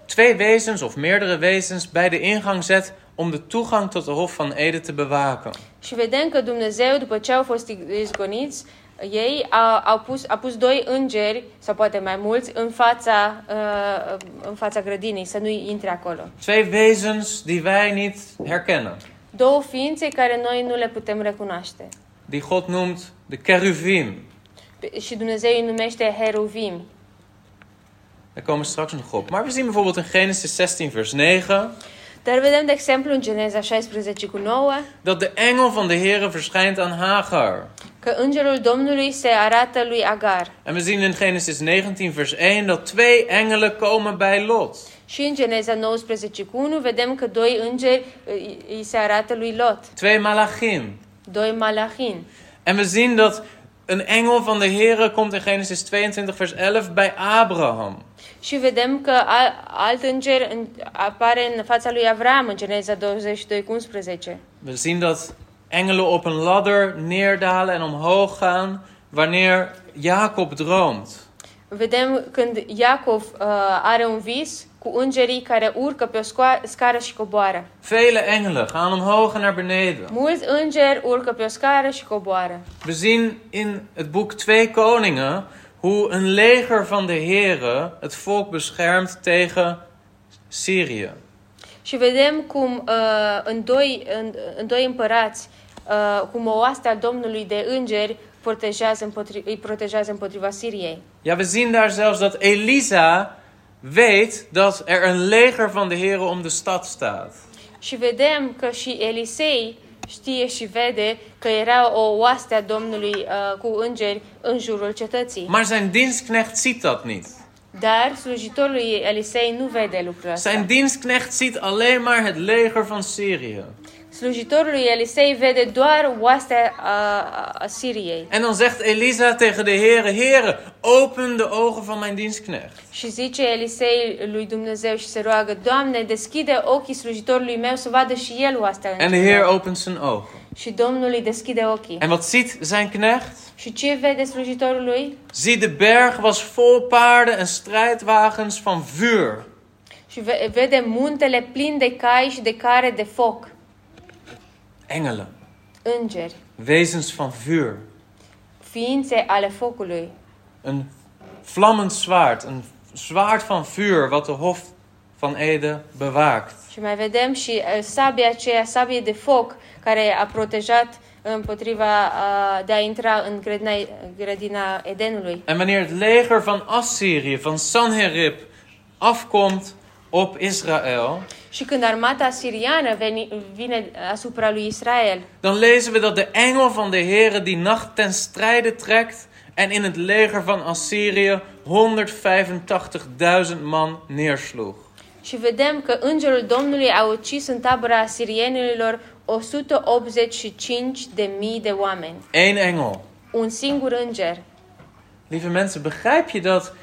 Speaker 1: twee wezens of meerdere wezens bij de ingang zet om de toegang tot de hof van Eden te bewaken.
Speaker 2: Și vedem că Dumnezeu, după ce au fost izgoniți, ei a, au pus, a pus doi îngeri, sau poate mai mulți, în fața, uh, în fața grădinii, să nu intre acolo.
Speaker 1: Twee wezens die wij niet herkennen,
Speaker 2: Două ființe care noi nu le putem recunoaște.
Speaker 1: die God noemt de keruvim.
Speaker 2: Pe- Și Dumnezeu îi numește heruvim.
Speaker 1: Daar komen we straks nog op. Maar we zien bijvoorbeeld in Genesis 16, vers 9,
Speaker 2: Dar vedem, de exemplu, în Geneza 16 cu 9,
Speaker 1: dat de engel van de Heere verschijnt aan Hagar.
Speaker 2: că îngerul Domnului se arată lui Agar.
Speaker 1: En we zien in Genesis 19, vers 1 dat twee engelen komen bij Lot.
Speaker 2: Și în Geneza 19 cu 1 vedem că doi îngeri îi, îi se arată lui Lot,
Speaker 1: Twee malachim.
Speaker 2: doi malahin.
Speaker 1: En we zien dat een engel van de Heere komt in Genesis 22, vers 11 bij Abraham.
Speaker 2: Și vedem că al, alt înger în, apare în fața lui Avram în Geneza 22 cu 11.
Speaker 1: We zien dat engelen op een ladder neerdalen en omhoog gaan wanneer Jacob droomt.
Speaker 2: Vedem când Iacov uh, are un vis cu îngerii care urcă pe o scoa- scară și coboară.
Speaker 1: Vele engelen gaan omhoog en naar beneden.
Speaker 2: Mulți îngeri urcă pe o scară și coboară.
Speaker 1: We zien in het boek Twee Koningen hoe een leger van de Heere het volk beschermt tegen Syrië.
Speaker 2: Și vedem cum uh, în, doi, în, în doi împărați, uh, cum o oaste a Domnului de îngeri protejează împotri, îi protejează împotriva Siriei.
Speaker 1: Ja, we zien daar zelfs dat Elisa weet dat er een leger van de heren om de stad staat.
Speaker 2: Și vedem că și Elisei știe și vede că era o oaste a Domnului uh, cu îngeri în jurul cetății.
Speaker 1: Maar zijn dienstknecht ziet dat niet.
Speaker 2: Dar slujitorul lui Elisei nu vede lucrul
Speaker 1: Zijn
Speaker 2: ăsta.
Speaker 1: dienstknecht ziet alleen maar het leger van Syrië.
Speaker 2: Slujitorul lui Elisei vede doar oastea a, a, a Siriei.
Speaker 1: En dan zegt Elisa tegen de heren, heren, open de ogen van mijn dienstknecht.
Speaker 2: Și zice Elisei lui Dumnezeu și se roagă, Doamne, deschide ochii slujitorului meu să vadă și el oastea
Speaker 1: En de heer opent zijn ogen.
Speaker 2: Și Domnul îi deschide ochii.
Speaker 1: En wat ziet zijn knecht?
Speaker 2: Și ce vede slujitorul lui?
Speaker 1: Zie, de berg was vol paarden en strijdwagens van vuur.
Speaker 2: Și ve- vede muntele plin de cai și de care de foc.
Speaker 1: Engelen.
Speaker 2: îngeri,
Speaker 1: wezens van vuur,
Speaker 2: ființe ale focului,
Speaker 1: een vlammend zwaard, een zwaard van vuur wat de Hof van Ede bewaakt.
Speaker 2: Și mai vedem și eh, sabia aceea, sabie de foc, care a protejat împotriva ah, de a intra în grădina, grădina Edenului.
Speaker 1: En wanneer het leger van Assyrië, van Sanherib, afkomt op Israël,
Speaker 2: Și când armata siriană veni, vine asupra lui Israel,
Speaker 1: dan lezen we dat de engel van de Heere die nacht ten strijde trekt en in het leger van Assyrië 185.000 man neersloeg.
Speaker 2: și vedem că îngerul Domnului a ucis în tabăra asirienilor 185 de mii de oameni.
Speaker 1: Eén engel.
Speaker 2: Un singur înger.
Speaker 1: Lieve mensen, begrijp je dat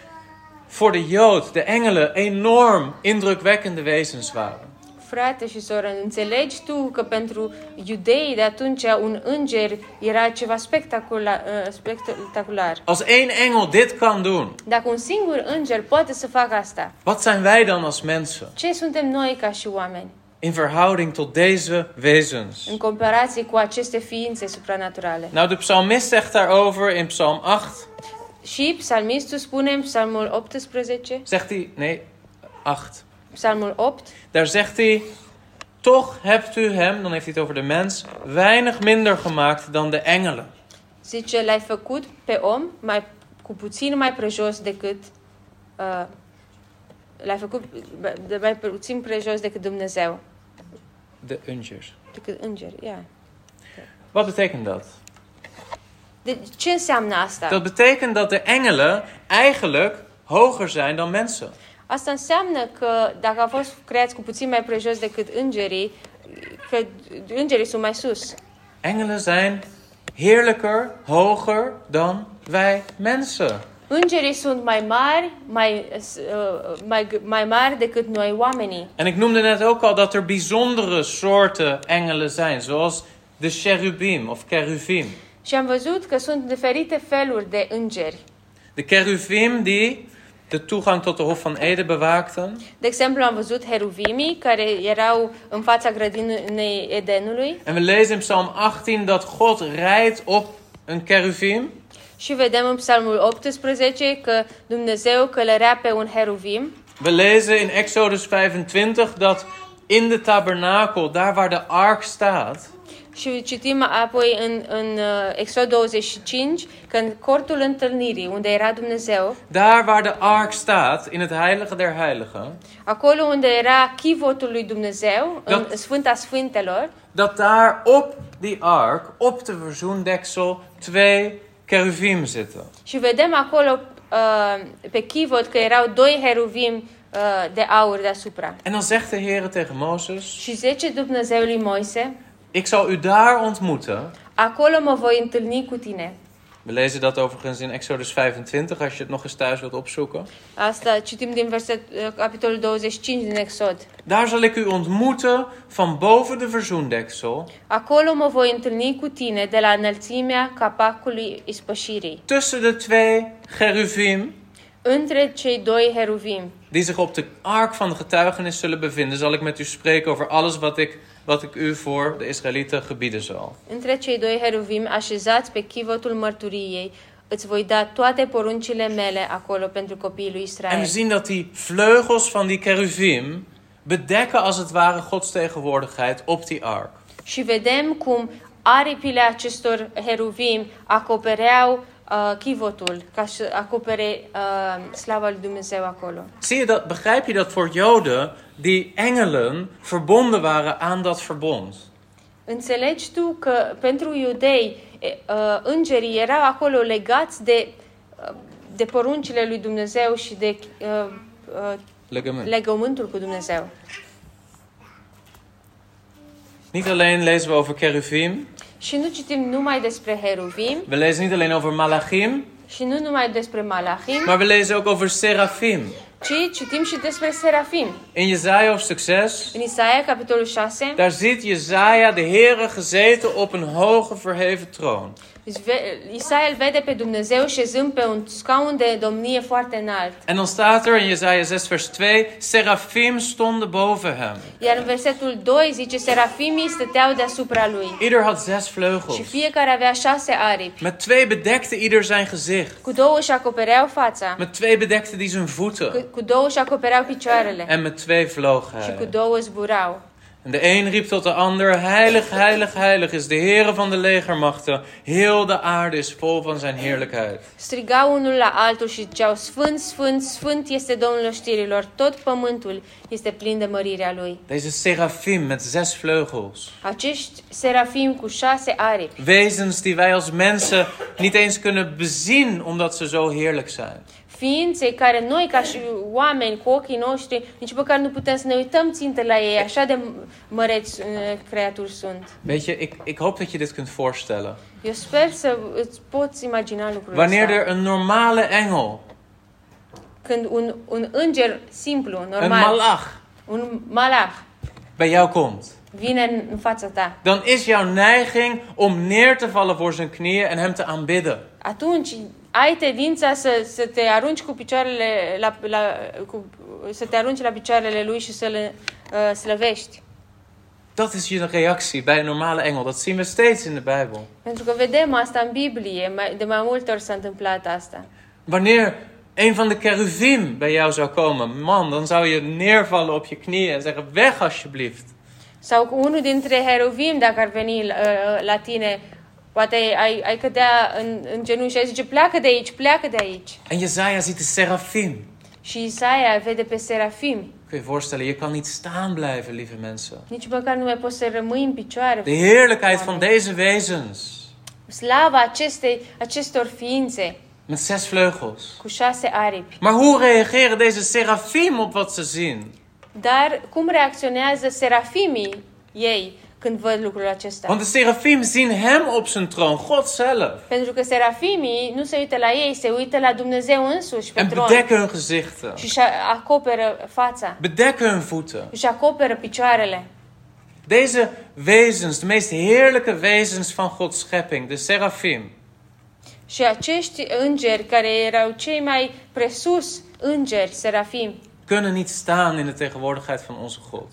Speaker 1: voor de Jood de engelen enorm indrukwekkende wezens waren?
Speaker 2: Frate și soră, înțelegi tu că pentru iudeii de atunci un înger era ceva spectacula- eh, spectacular.
Speaker 1: Als één engel dit kan doen,
Speaker 2: Dacă un singur înger poate să facă asta,
Speaker 1: wat zijn wij dan als mensen
Speaker 2: ce suntem noi ca și oameni
Speaker 1: in verhouding tot deze wezens?
Speaker 2: în comparație cu aceste ființe supranaturale?
Speaker 1: Nou, de psalmist zegt daarover in Psalm 8.
Speaker 2: Și psalmistul spune în psalmul 18,
Speaker 1: Zegt hij. Nee, 8.
Speaker 2: psalmul 8,
Speaker 1: Daar zegt hij. Toch hebt u hem, dan heeft hij het over de mens, weinig minder gemaakt dan de engelen.
Speaker 2: zice, l-ai făcut pe om mai, cu puțin mai prejos decât uh, l-ai făcut de mai puțin prejos decât Dumnezeu,
Speaker 1: De ungers.
Speaker 2: decât îngeri, yeah.
Speaker 1: Wat betekent dat?
Speaker 2: De, ce înseamnă
Speaker 1: Dat
Speaker 2: asta?
Speaker 1: betekent dat de engelen eigenlijk hoger zijn dan mensen.
Speaker 2: Asta înseamnă că dacă au fost creați cu puțin mai prejos decât îngerii, că îngerii sunt mai sus.
Speaker 1: Engelen zijn heerlijker, hoger dan wij mensen.
Speaker 2: Îngerii sunt mai mari, mai, uh, mai, mai mari decât noi oamenii.
Speaker 1: En ik noemde net ook al dat er bijzondere soorten engelen zijn, zoals de cherubim of keruvim.
Speaker 2: Și am văzut că sunt diferite feluri de îngeri.
Speaker 1: De keruvim die de toegang tot de Hof van Eden bewaakten.
Speaker 2: De exemplu, am văzut heruvimii care erau în fața grădinei Edenului
Speaker 1: En we lezen in Psalm 18 dat God rijdt op een keruvim.
Speaker 2: și vedem în Psalmul 18 că Dumnezeu călărea pe un heruvim
Speaker 1: We lezen in Exodus 25 dat in de tabernakel, daar waar de ark staat,
Speaker 2: și citim apoi în, în uh, Exod 25 că în cortul întâlnirii unde era Dumnezeu,
Speaker 1: daar waar de ark staat, in het heilige der heiligen,
Speaker 2: acolo unde era chivotul lui Dumnezeu, în
Speaker 1: Da.
Speaker 2: Sfânta Sfântelor,
Speaker 1: dat daar op die ark, op de verzoendeksel, twee keruvim zitten.
Speaker 2: și vedem acolo uh, pe chivot că erau doi heruvim uh, de aur deasupra.
Speaker 1: En dan zegt de Heer tegen Mozes,
Speaker 2: Și zice Dumnezeul lui Moise,
Speaker 1: ik zal u daar ontmoeten.
Speaker 2: Acolo mă voi întâlni cu tine.
Speaker 1: We lezen dat overigens in Exodus 25, als je het nog eens thuis wilt opzoeken.
Speaker 2: Asta citim din verset, eh, capitolul 25 din Exod.
Speaker 1: Daar zal ik u ontmoeten van boven de verzoendeksel,
Speaker 2: Acolo mă voi întâlni cu tine de la înălțimea capacului ispășirii,
Speaker 1: tussen de twee geruvim
Speaker 2: între cei doi heruvim,
Speaker 1: die zich op de ark van de getuigenis zullen bevinden, zal ik met u spreken over alles wat ik, wat ik u voor de Israëlieten gebieden zal.
Speaker 2: între cei doi heruvim așezați pe chivotul mărturiei, îți voi da toate poruncile mele acolo pentru copiii lui
Speaker 1: En we
Speaker 2: Israel.
Speaker 1: zien dat die vleugels van die keruvim bedekken als het ware Gods tegenwoordigheid op die ark.
Speaker 2: Și vedem cum aripile acestor heruvim acopereau uh, chivotul, ca să acopere uh, slava lui Dumnezeu acolo.
Speaker 1: Zie je dat, begrijp je dat voor Joden die engelen verbonden waren aan dat verbond?
Speaker 2: Înțelegi tu că pentru iudei e, uh, îngerii erau acolo legați de, uh, de poruncile lui Dumnezeu și de uh, uh,
Speaker 1: Ligament.
Speaker 2: legământul cu Dumnezeu.
Speaker 1: Niet alleen lezen we over keruvim,
Speaker 2: Și nu citim numai despre heruvim
Speaker 1: we lezen niet alleen over malachim,
Speaker 2: și nu numai despre malachim,
Speaker 1: maar we lezen ook over serafim.
Speaker 2: ci citim și despre serafim.
Speaker 1: In Jezaja hoofdstuk 6,
Speaker 2: În Isaia, capitolul 6,
Speaker 1: daar ziet Jezaja de Heere gezeten op een hoge verheven troon.
Speaker 2: își ve- Isaia îl vede pe Dumnezeu șezând pe un scaun de domnie foarte înalt.
Speaker 1: En dan staat er in Jezaja 6 vers 2, Serafim stonden boven hem.
Speaker 2: Iar în versetul 2 zice, serafimii stăteau deasupra lui
Speaker 1: Ieder had zes
Speaker 2: și
Speaker 1: vleugels.
Speaker 2: fiecare avea șase aripi.
Speaker 1: Met twee bedekte ieder zijn gezicht.
Speaker 2: Cu două își acopereau fața,
Speaker 1: Met twee bedekte die zijn
Speaker 2: cu,
Speaker 1: voeten.
Speaker 2: cu două își acopereau picioarele
Speaker 1: En met twee vloog
Speaker 2: și cu
Speaker 1: hij.
Speaker 2: două zburau.
Speaker 1: En de een riep tot de ander, heilig, heilig, heilig is de Heere van de legermachten. Heel de aarde is vol van zijn heerlijkheid.
Speaker 2: Strigau unul la altul și ziceau, Sfânt, Sfânt, Sfânt este Domnul oștirilor, tot pământul este plin de mărirea Lui.
Speaker 1: Deze serafim met zes vleugels.
Speaker 2: Acești serafim cu șase aripi,
Speaker 1: Wezens die wij als mensen niet eens kunnen bezien omdat ze zo heerlijk zijn.
Speaker 2: ființe care noi ca și oameni cu ochii noștri, nici măcar nu putem să ne uităm țintă la ei, așa de m- măreți uh, creaturi sunt.
Speaker 1: Weet je, ik, ik hoop dat je dit kunt voorstellen.
Speaker 2: Eu sper să îți poți imagina lucrul
Speaker 1: Wanneer
Speaker 2: ăsta.
Speaker 1: er een normale engel,
Speaker 2: Când un, un înger simplu,
Speaker 1: een
Speaker 2: normal,
Speaker 1: malach,
Speaker 2: un malach,
Speaker 1: bij jou komt,
Speaker 2: vine în, în fața ta,
Speaker 1: dan is jouw neiging om neer te vallen voor zijn knieën en hem te aanbidden.
Speaker 2: atunci ai tendința să, să te arunci cu picioarele la, la, cu, să te arunci la picioarele lui și să-l uh, slăvești.
Speaker 1: Dat is je reactie bij een normale engel. Dat zien we steeds in de Bijbel.
Speaker 2: Pentru că vedem asta în Biblie, mai, de mai multe ori s-a întâmplat asta.
Speaker 1: Wanneer een van de keruvim bij jou zou komen, man, dan zou je neervallen op je knieën en zeggen: Weg alsjeblieft.
Speaker 2: Sau cu unul dintre heruvim, dacă ar veni uh, la tine, poate ai, ai cădea în, în genunchi și ai zice, pleacă de aici, pleacă de aici.
Speaker 1: En Jezaja ziet de serafim.
Speaker 2: Și Isaia vede pe serafim.
Speaker 1: Kun je je voorstellen, je kan niet staan blijven, lieve mensen.
Speaker 2: Nici măcar nu mai poți să rămâi în
Speaker 1: De
Speaker 2: picioare.
Speaker 1: heerlijkheid van deze wezens.
Speaker 2: Slava acestei, acestor ființe
Speaker 1: Met zes vleugels.
Speaker 2: cu șase aripi.
Speaker 1: Maar hoe reageren deze serafim op wat ze zien?
Speaker 2: Dar cum reacționează serafimii ei când văd lucrul acesta?
Speaker 1: Want de serafim zien hem op zijn troon, God zelf.
Speaker 2: Pentru că serafimii nu se uită la ei, se uită la Dumnezeu însuși pe
Speaker 1: En
Speaker 2: tron
Speaker 1: bedekken hun gezichten.
Speaker 2: și își acoperă fața,
Speaker 1: Bedekken hun voeten.
Speaker 2: își acoperă picioarele.
Speaker 1: Deze wezens, de meest heerlijke wezens van Gods schepping, de serafim.
Speaker 2: Și acești îngeri, care erau cei mai presus îngeri, serafim,
Speaker 1: kunnen niet staan in de tegenwoordigheid van onze God.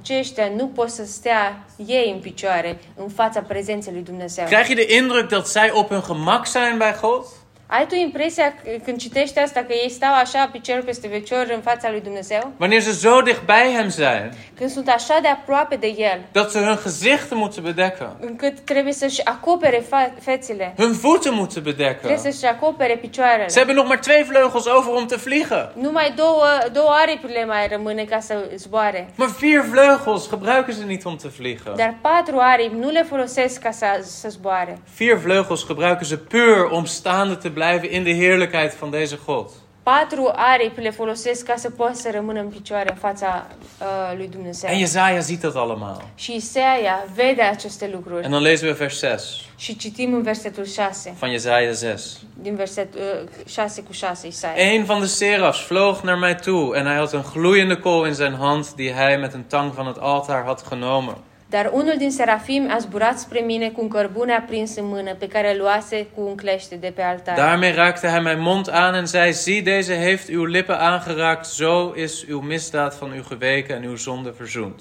Speaker 2: aceștia nu pot să stea ei în picioare în fața prezenței lui Dumnezeu.
Speaker 1: Krijg je de indruk dat zij op hun gemak zijn bij God?
Speaker 2: Ai tu impresia c- când citești asta că ei stau așa picior peste picior în fața lui Dumnezeu?
Speaker 1: Wanneer ze zo dichtbij Hem zijn,
Speaker 2: Când sunt așa de aproape de El,
Speaker 1: dat ze hun gezichten moeten bedekken,
Speaker 2: încât trebuie să-și acopere fa- fețele,
Speaker 1: hun voeten moeten
Speaker 2: trebuie
Speaker 1: bedekken.
Speaker 2: să-și acopere picioarele.
Speaker 1: Ze hebben nog maar twee vleugels over om te vliegen.
Speaker 2: Numai două, două aripile mai rămâne ca să zboare.
Speaker 1: Maar vier vleugels gebruiken ze niet om te vliegen.
Speaker 2: Dar patru aripi nu le folosesc ca să, să zboare.
Speaker 1: Vier vleugels gebruiken ze puur om staande te blijven in de heerlijkheid van deze God.
Speaker 2: Patru aripi le folosesc ca să poată să rămână în picioare în fața uh, lui Dumnezeu.
Speaker 1: En Jezaja ziet dat allemaal.
Speaker 2: Și Isaia vede aceste lucruri.
Speaker 1: En dan lezen we vers 6
Speaker 2: Și citim în versetul 6,
Speaker 1: van Jezaja 6.
Speaker 2: din versetul uh, 6 cu 6 Isaia.
Speaker 1: Een van de serafs vloog naar mij toe en hij had een gloeiende kool in zijn hand die hij met een tang van het altaar had genomen.
Speaker 2: Dar unul din serafim a zburat spre mine cu un cărbune aprins în mână, pe care îl luase cu un clește de pe altar.
Speaker 1: Daarmee raakte hij mijn mond aan en zei: Zie, deze heeft uw lippen aangeraakt. Zo is uw misdaad van u geweken en uw zonde verzoend.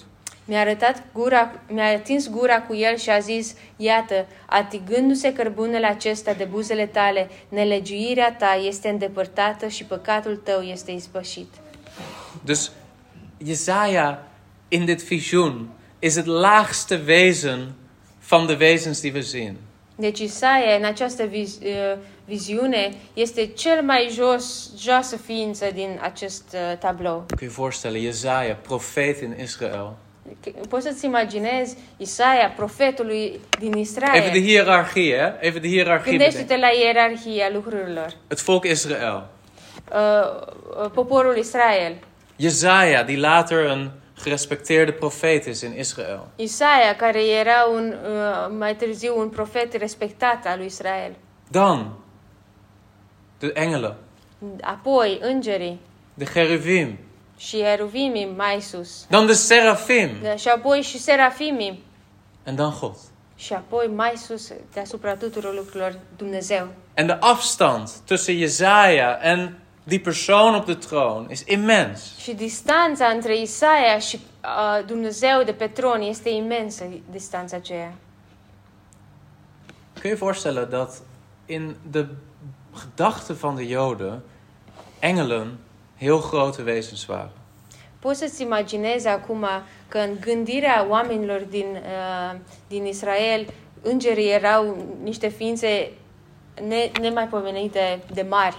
Speaker 2: Mi-a arătat gura, mi-a atins gura cu el și a zis, iată, atigându-se cărbunele acesta de buzele tale, nelegiuirea ta este îndepărtată și păcatul tău este ispășit.
Speaker 1: Dus Jezaja in dit visioen is het laagste wezen van de wezens die we zien.
Speaker 2: Deci Isaia, în această viz, eh, viziune, este cel mai jos, joasă ființă din acest eh, tablou.
Speaker 1: Kun je je voorstellen, Jezaja, profeet in Israël.
Speaker 2: C- Poți să-ți imaginezi Isaia, profetului din
Speaker 1: Even de
Speaker 2: Israel.
Speaker 1: hiërarchie, hè? Even de hiërarchie. bedenken.
Speaker 2: Gândește-te la ierarhia lucrurilor.
Speaker 1: Het volk Israël.
Speaker 2: Eh, eh, poporul Israel.
Speaker 1: Jezaja, die later een gerespecteerde profeet is in Israël.
Speaker 2: Isaia, care era un, uh, mai târziu un profet respectat al lui Israel.
Speaker 1: Dan de engelen.
Speaker 2: Apoi, îngerii.
Speaker 1: de cherubim,
Speaker 2: și Heruvimim mai sus. Da,
Speaker 1: dan de serafim
Speaker 2: Și apoi și Serafimim.
Speaker 1: en dan God.
Speaker 2: Și apoi mai sus, deasupra tuturor lucrurilor, Dumnezeu.
Speaker 1: En de afstand tussen Jezaja en die persoon op de troon is immens.
Speaker 2: Și distanța între Isaia și uh, Dumnezeu de pe tron este imensă, distanța aceea.
Speaker 1: Kun je je voorstellen dat in de gedachten van de Joden engelen heel grote wezens waren?
Speaker 2: Poți să-ți imaginezi acum că în gândirea oamenilor din, uh, din Israel, îngerii erau niște ființe ne, nemaipomenite de mari.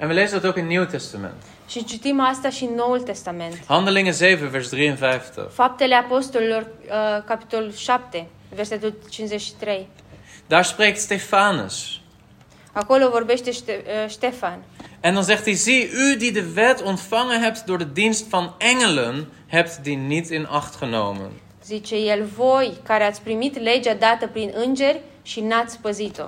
Speaker 1: En we lezen dat ook in het Nieuw Testament.
Speaker 2: Și citim asta și în Noul Testament.
Speaker 1: Handelingen 7, vers 53.
Speaker 2: Faptele Apostolilor, uh, capitolul 7, versetul 53.
Speaker 1: Daar spreekt Stefanus.
Speaker 2: Acolo vorbește Ște, uh, Ștefan.
Speaker 1: En dan zegt hij: Zie u die de wet ontvangen hebt door de dienst van engelen, hebt die niet in acht genomen.
Speaker 2: Zice el, voi care ați primit legea dată prin îngeri și n-ați păzit-o.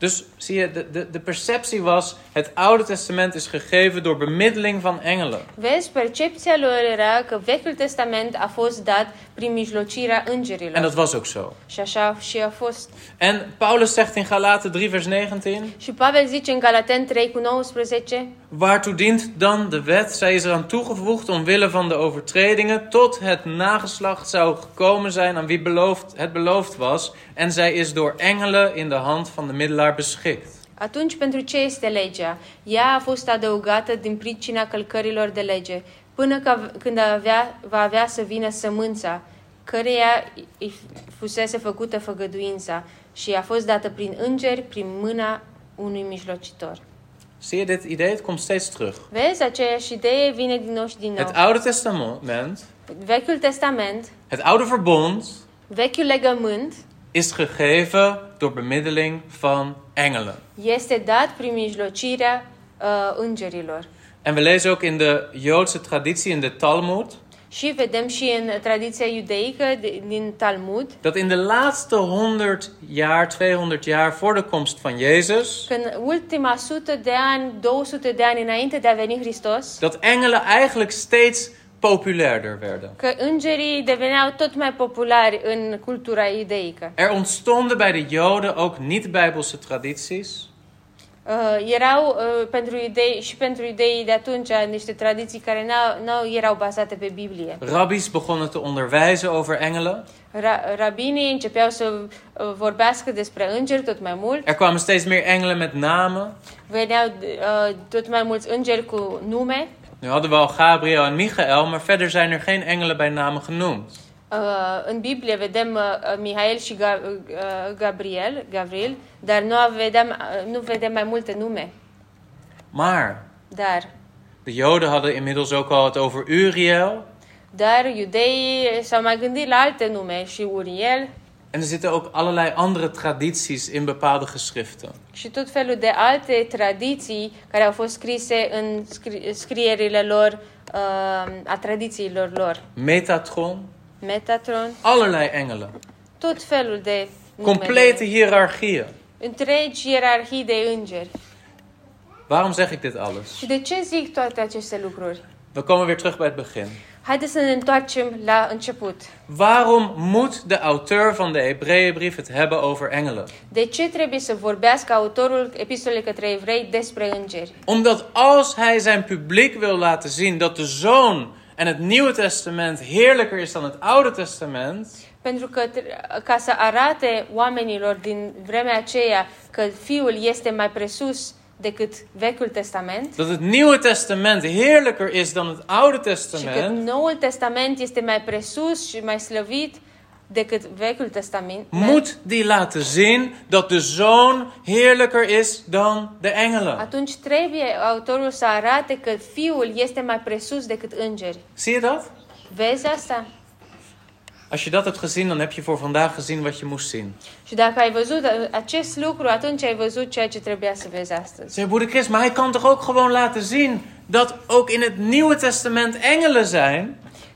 Speaker 1: Dus zie je, de, de, de perceptie was: het Oude Testament is gegeven door bemiddeling van engelen.
Speaker 2: Vezi, percepția lor era că Vechiul Testament a fost dat prin mijlocirea
Speaker 1: En
Speaker 2: îngerilor.
Speaker 1: dat was ook zo.
Speaker 2: Și așa și a fost.
Speaker 1: En Paulus zegt in Galaten 3, vers 19:
Speaker 2: Și Pavel zice în Galaten 3 cu 19,
Speaker 1: Waartoe dient dan de wet? Zij is eraan toegevoegd omwille van de overtredingen, tot het nageslacht zou gekomen zijn aan wie beloofd, het beloofd was, en zij is door engelen in de hand van de middelaar beschikt.
Speaker 2: atunci pentru ce este legea? Ea a fost adăugată din pricina călcărilor de lege, până ca, când avea, va avea să vină sămânța, căreia îi fusese făcută făgăduința și a fost dată prin îngeri, prin mâna unui mijlocitor.
Speaker 1: Zie je dit idee? Het komt steeds terug.
Speaker 2: Vezi, aceeași idee vine din nou și din nou.
Speaker 1: Het Oude Testament,
Speaker 2: Vechiul Testament,
Speaker 1: het Oude Verbond,
Speaker 2: vechiul legământ,
Speaker 1: is gegeven door bemiddeling van engelen.
Speaker 2: este dat prin mijlocirea uh, îngerilor.
Speaker 1: En we lezen ook in de Joodse traditie, in de Talmud,
Speaker 2: Și vedem și în tradiția iudeică de- din Talmud,
Speaker 1: dat in de laatste 100 jaar, 200 jaar voor de komst van Jezus,
Speaker 2: că în ultima sută de ani, 200 de ani înainte de a veni Hristos,
Speaker 1: dat engelen eigenlijk steeds populairder werden.
Speaker 2: că îngerii deveneau tot mai populari în cultura iudeică.
Speaker 1: Er ontstonden bij de Joden ook niet-bijbelse tradities.
Speaker 2: Uh, erau uh, pentru iudei și pentru iudeii de atunci niște tradiții care n-au, n-au, erau bazate pe Biblie.
Speaker 1: Rabbies begonnen te onderwijzen over engelen.
Speaker 2: Ra- rabinii începeau să uh, vorbească despre îngeri tot mai mult,
Speaker 1: Er kwamen steeds meer engelen met namen.
Speaker 2: veneau uh, tot mai mulți îngeri cu nume.
Speaker 1: Nu hadden we al Gabriel en Michael, maar verder zijn er geen engelen bij namen genoemd.
Speaker 2: Uh, în Biblie vedem uh, Mihail și Ga- uh, Gabriel, Gabriel, dar nu vedem, uh, nu vedem mai multe nume.
Speaker 1: Maar
Speaker 2: Dar,
Speaker 1: de Joden hadden inmiddels ook al het over Uriel.
Speaker 2: dar iudeii s-au mai gândit la alte nume și Uriel
Speaker 1: En er zitten ook allerlei andere tradities in bepaalde geschriften.
Speaker 2: și tot felul de alte tradiții care au fost scrise în scri- scrierile lor, uh, a tradițiilor lor.
Speaker 1: Metatron,
Speaker 2: Metatron,
Speaker 1: allerlei engelen.
Speaker 2: tot felul de nume.
Speaker 1: Complete hiërarchieën.
Speaker 2: Întregi ierarhii de îngeri.
Speaker 1: Waarom zeg ik dit alles?
Speaker 2: Și de ce zic toate aceste lucruri?
Speaker 1: We komen weer terug bij het begin.
Speaker 2: Haideți să ne întoarcem la început.
Speaker 1: Waarom moet de auteur van de Hebreeënbrief het hebben over engelen?
Speaker 2: De ce trebuie să vorbească autorul epistolei către evrei despre îngeri?
Speaker 1: Omdat als hij zijn publiek wil laten zien dat de zoon en het Nieuwe Testament heerlijker is dan het Oude Testament,
Speaker 2: Pentru că tr- ca să arate oamenilor din vremea aceea că fiul este mai presus decât Vechiul Testament
Speaker 1: dat het Nieuwe Testament heerlijker is dan het Oude
Speaker 2: și că
Speaker 1: Testament,
Speaker 2: Noul Testament este mai presus și mai slăvit decât Vechiul Testament,
Speaker 1: moet die laten zien dat de zoon heerlijker is dan de engelen.
Speaker 2: atunci trebuie autorul să arate că fiul este mai presus decât îngeri.
Speaker 1: Zie je dat?
Speaker 2: Vezi asta?
Speaker 1: Als je dat hebt gezien, dan heb je voor vandaag gezien wat je moest zien.
Speaker 2: Și dacă ai văzut a- acest lucru, atunci ai văzut ceea ce trebuia să vezi astăzi.
Speaker 1: Zeg, broeder Chris, maar hij kan toch ook gewoon laten zien dat ook in het Nieuwe Testament engelen zijn?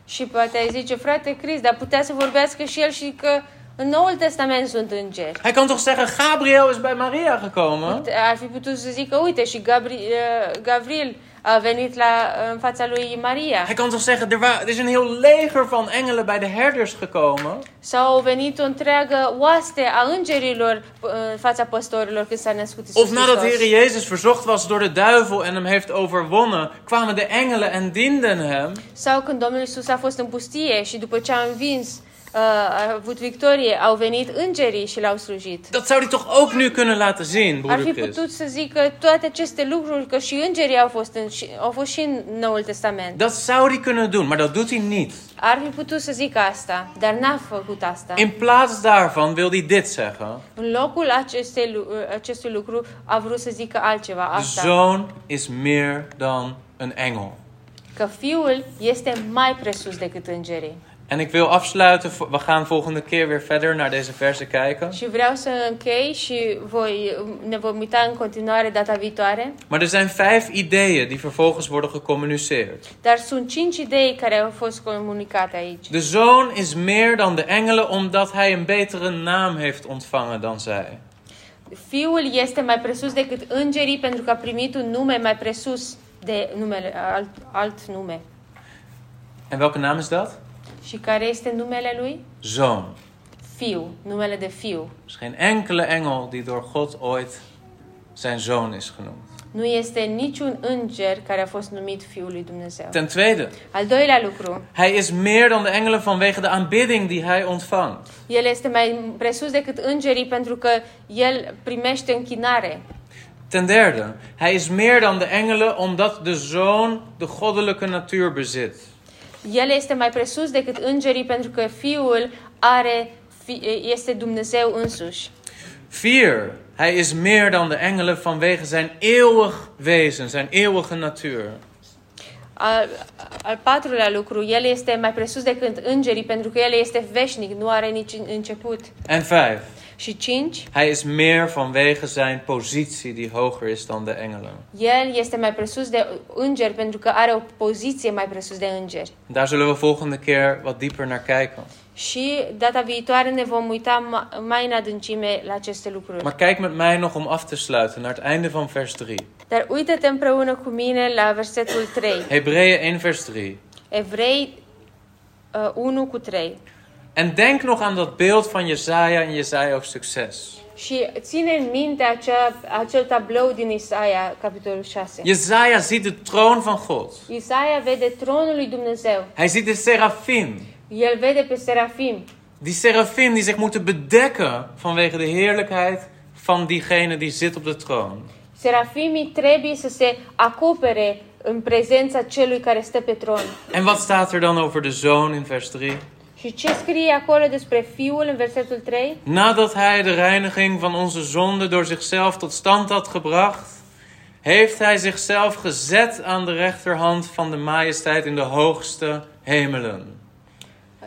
Speaker 2: Și poate ai zice, frate Cris, dar putea să vorbească și el și că în Noul Testament sunt îngeri.
Speaker 1: Hij kan toch zeggen, Gabriel is bij Maria gekomen?
Speaker 2: Ar fi putut să zică, uite, și Gabri- eh, Gavril a venit la, uh, în fața lui Maria.
Speaker 1: Hij kan toch zeggen, er, wa- er is een heel leger van engelen bij de herders gekomen.
Speaker 2: Sau a venit o întreagă oaste a îngerilor p- în fața păstorilor când s-a născut Isus
Speaker 1: Of nadat de
Speaker 2: Hristos.
Speaker 1: Heer Jezus verzocht was door de duivel en hem heeft overwonnen, kwamen de engelen en dienden hem.
Speaker 2: Sau când Domnul Isus a fost în pustie și după ce a învins, uh, a avut victorie, au venit îngerii și l-au slujit.
Speaker 1: Dat zou hij toch ook nu kunnen laten zien,
Speaker 2: Ar
Speaker 1: broeder
Speaker 2: fi
Speaker 1: Chris?
Speaker 2: putut să zică toate aceste lucruri, că și îngerii au fost, în, și- au fost și în Noul Testament.
Speaker 1: Dat zou hij kunnen doen, maar dat doet hij niet.
Speaker 2: Ar fi putut să zică asta, dar n-a făcut asta.
Speaker 1: In plaats daarvan wil hij dit zeggen.
Speaker 2: În locul acestei, lu- acestui lucru a vrut să zică altceva,
Speaker 1: De
Speaker 2: asta.
Speaker 1: zoon is meer dan een engel.
Speaker 2: Că fiul este mai presus decât îngerii.
Speaker 1: En ik wil afsluiten, vo- we gaan volgende keer weer verder naar deze versen kijken.
Speaker 2: Și vreau să închei și voi, ne vom uita în continuare data viitoare,
Speaker 1: Maar er zijn vijf ideeën die vervolgens worden gecommuniceerd.
Speaker 2: dar sunt cinci idei care au fost comunicate aici.
Speaker 1: De zoon is meer dan de engelen omdat hij een betere naam heeft ontvangen dan zij.
Speaker 2: Fiul este mai presus decât îngerii pentru că a primit un nume mai presus de numele, alt, alt nume.
Speaker 1: En welke naam is dat?
Speaker 2: Și care este numele lui?
Speaker 1: Zoon.
Speaker 2: Fiu, numele de fiu.
Speaker 1: Er is Dus geen enkele engel die door God ooit zijn zoon is genoemd.
Speaker 2: Nu este niciun înger care a fost numit Fiul lui Dumnezeu.
Speaker 1: Ten tweede,
Speaker 2: Al doilea lucru,
Speaker 1: hij is meer dan de engelen vanwege de aanbidding die hij ontvangt.
Speaker 2: el este mai presus decât îngerii pentru că el primește închinare.
Speaker 1: Ten derde, hij is meer dan de engelen omdat de zoon de goddelijke natuur bezit.
Speaker 2: El este mai presus decât îngerii pentru că Fiul are, fi- este Dumnezeu însuși.
Speaker 1: Vier, hij is meer dan de engelen vanwege zijn eeuwig wezen, zijn eeuwige natuur.
Speaker 2: Al, al patrulea lucru, el este mai presus decât îngerii pentru că el este veșnic, nu are nici început.
Speaker 1: En vijf,
Speaker 2: Și cinci,
Speaker 1: hij is meer vanwege zijn positie die hoger is dan de engelen.
Speaker 2: el este mai presus de îngeri pentru că are o poziție mai presus de îngeri.
Speaker 1: Daar zullen we volgende keer wat dieper naar kijken.
Speaker 2: Și data viitoare ne vom uita ma- mai în adâncime la aceste lucruri.
Speaker 1: Maar kijk met mij nog om af te sluiten naar het einde van vers 3.
Speaker 2: Dar uită-te împreună cu mine la versetul 3.
Speaker 1: Hebreeën 1 vers 3.
Speaker 2: Evrei uh, 1 cu 3.
Speaker 1: En denk nog aan dat beeld van Jesaja in Jesaja hoofdstuk 6.
Speaker 2: Și ține în minte acea, acel tablou din Isaia, capitolul 6.
Speaker 1: Jezaja ziet de troon van God.
Speaker 2: Isaia vede tronul lui Dumnezeu.
Speaker 1: Hij ziet de serafim.
Speaker 2: El vede pe serafim.
Speaker 1: Die serafim die zich moeten bedekken vanwege de heerlijkheid van diegene die zit op de troon.
Speaker 2: Serafimii trebuie să se acopere în prezența celui care stă pe tron.
Speaker 1: En wat staat er dan over de zoon in vers 3?
Speaker 2: Și ce scrie acolo despre fiul în versetul 3?
Speaker 1: Nadat hij de reiniging van onze zonde door zichzelf tot stand had gebracht, heeft hij zichzelf gezet aan de rechterhand van de majesteit in de hoogste hemelen.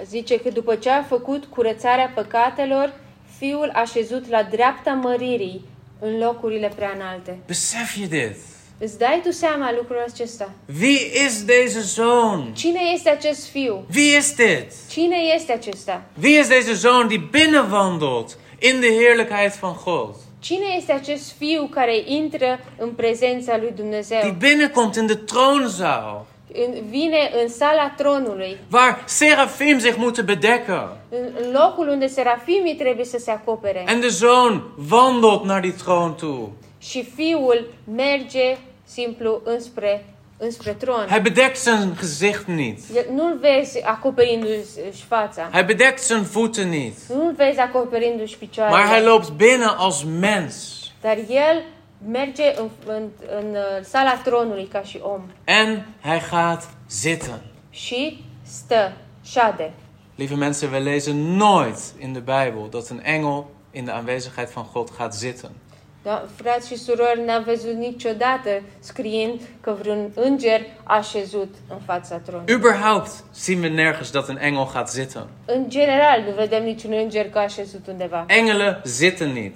Speaker 2: Zice că după ce a făcut curățarea păcatelor, fiul a șezut la dreapta măririi în locurile prea înalte.
Speaker 1: Besef je dit?
Speaker 2: Îți dai tu seama lucrul acesta?
Speaker 1: Wie is deze zoon?
Speaker 2: Cine este acest fiu?
Speaker 1: Wie is dit?
Speaker 2: Cine este acesta?
Speaker 1: Wie is deze zoon die binnenwandelt in de heerlijkheid van God?
Speaker 2: Cine este acest fiu care intră în prezența lui
Speaker 1: Die
Speaker 2: Dumnezeu?
Speaker 1: binnenkomt in de troonzaal,
Speaker 2: În- Vine în sala tronului,
Speaker 1: waar serafim zich moeten bedekken.
Speaker 2: în în locul unde serafimii trebuie să se acopere.
Speaker 1: En de zoon wandelt naar die troon toe.
Speaker 2: Și fiul merge simplu înspre, înspre tron.
Speaker 1: Hij bedekt zijn gezicht niet.
Speaker 2: El- Nu-l vezi acoperindu-și fața.
Speaker 1: Hij bedekt zijn voeten niet.
Speaker 2: Nu-l vezi acoperindu-și
Speaker 1: Maar hij
Speaker 2: picioarele.
Speaker 1: loopt binnen als mens.
Speaker 2: Dar el merge în, în, în uh, sala tronului ca și om.
Speaker 1: En hij gaat zitten.
Speaker 2: Și stă, șade.
Speaker 1: Lieve mensen, we lezen nooit in de Bijbel dat een engel in de aanwezigheid van God gaat zitten.
Speaker 2: Da, frați și surori, n-am văzut niciodată scriind că vreun înger a șezut în fața tronului.
Speaker 1: Überhaupt zien we nergens dat een engel gaat zitten.
Speaker 2: În general, nu vedem niciun înger că a șezut undeva.
Speaker 1: Engelen zitten niet.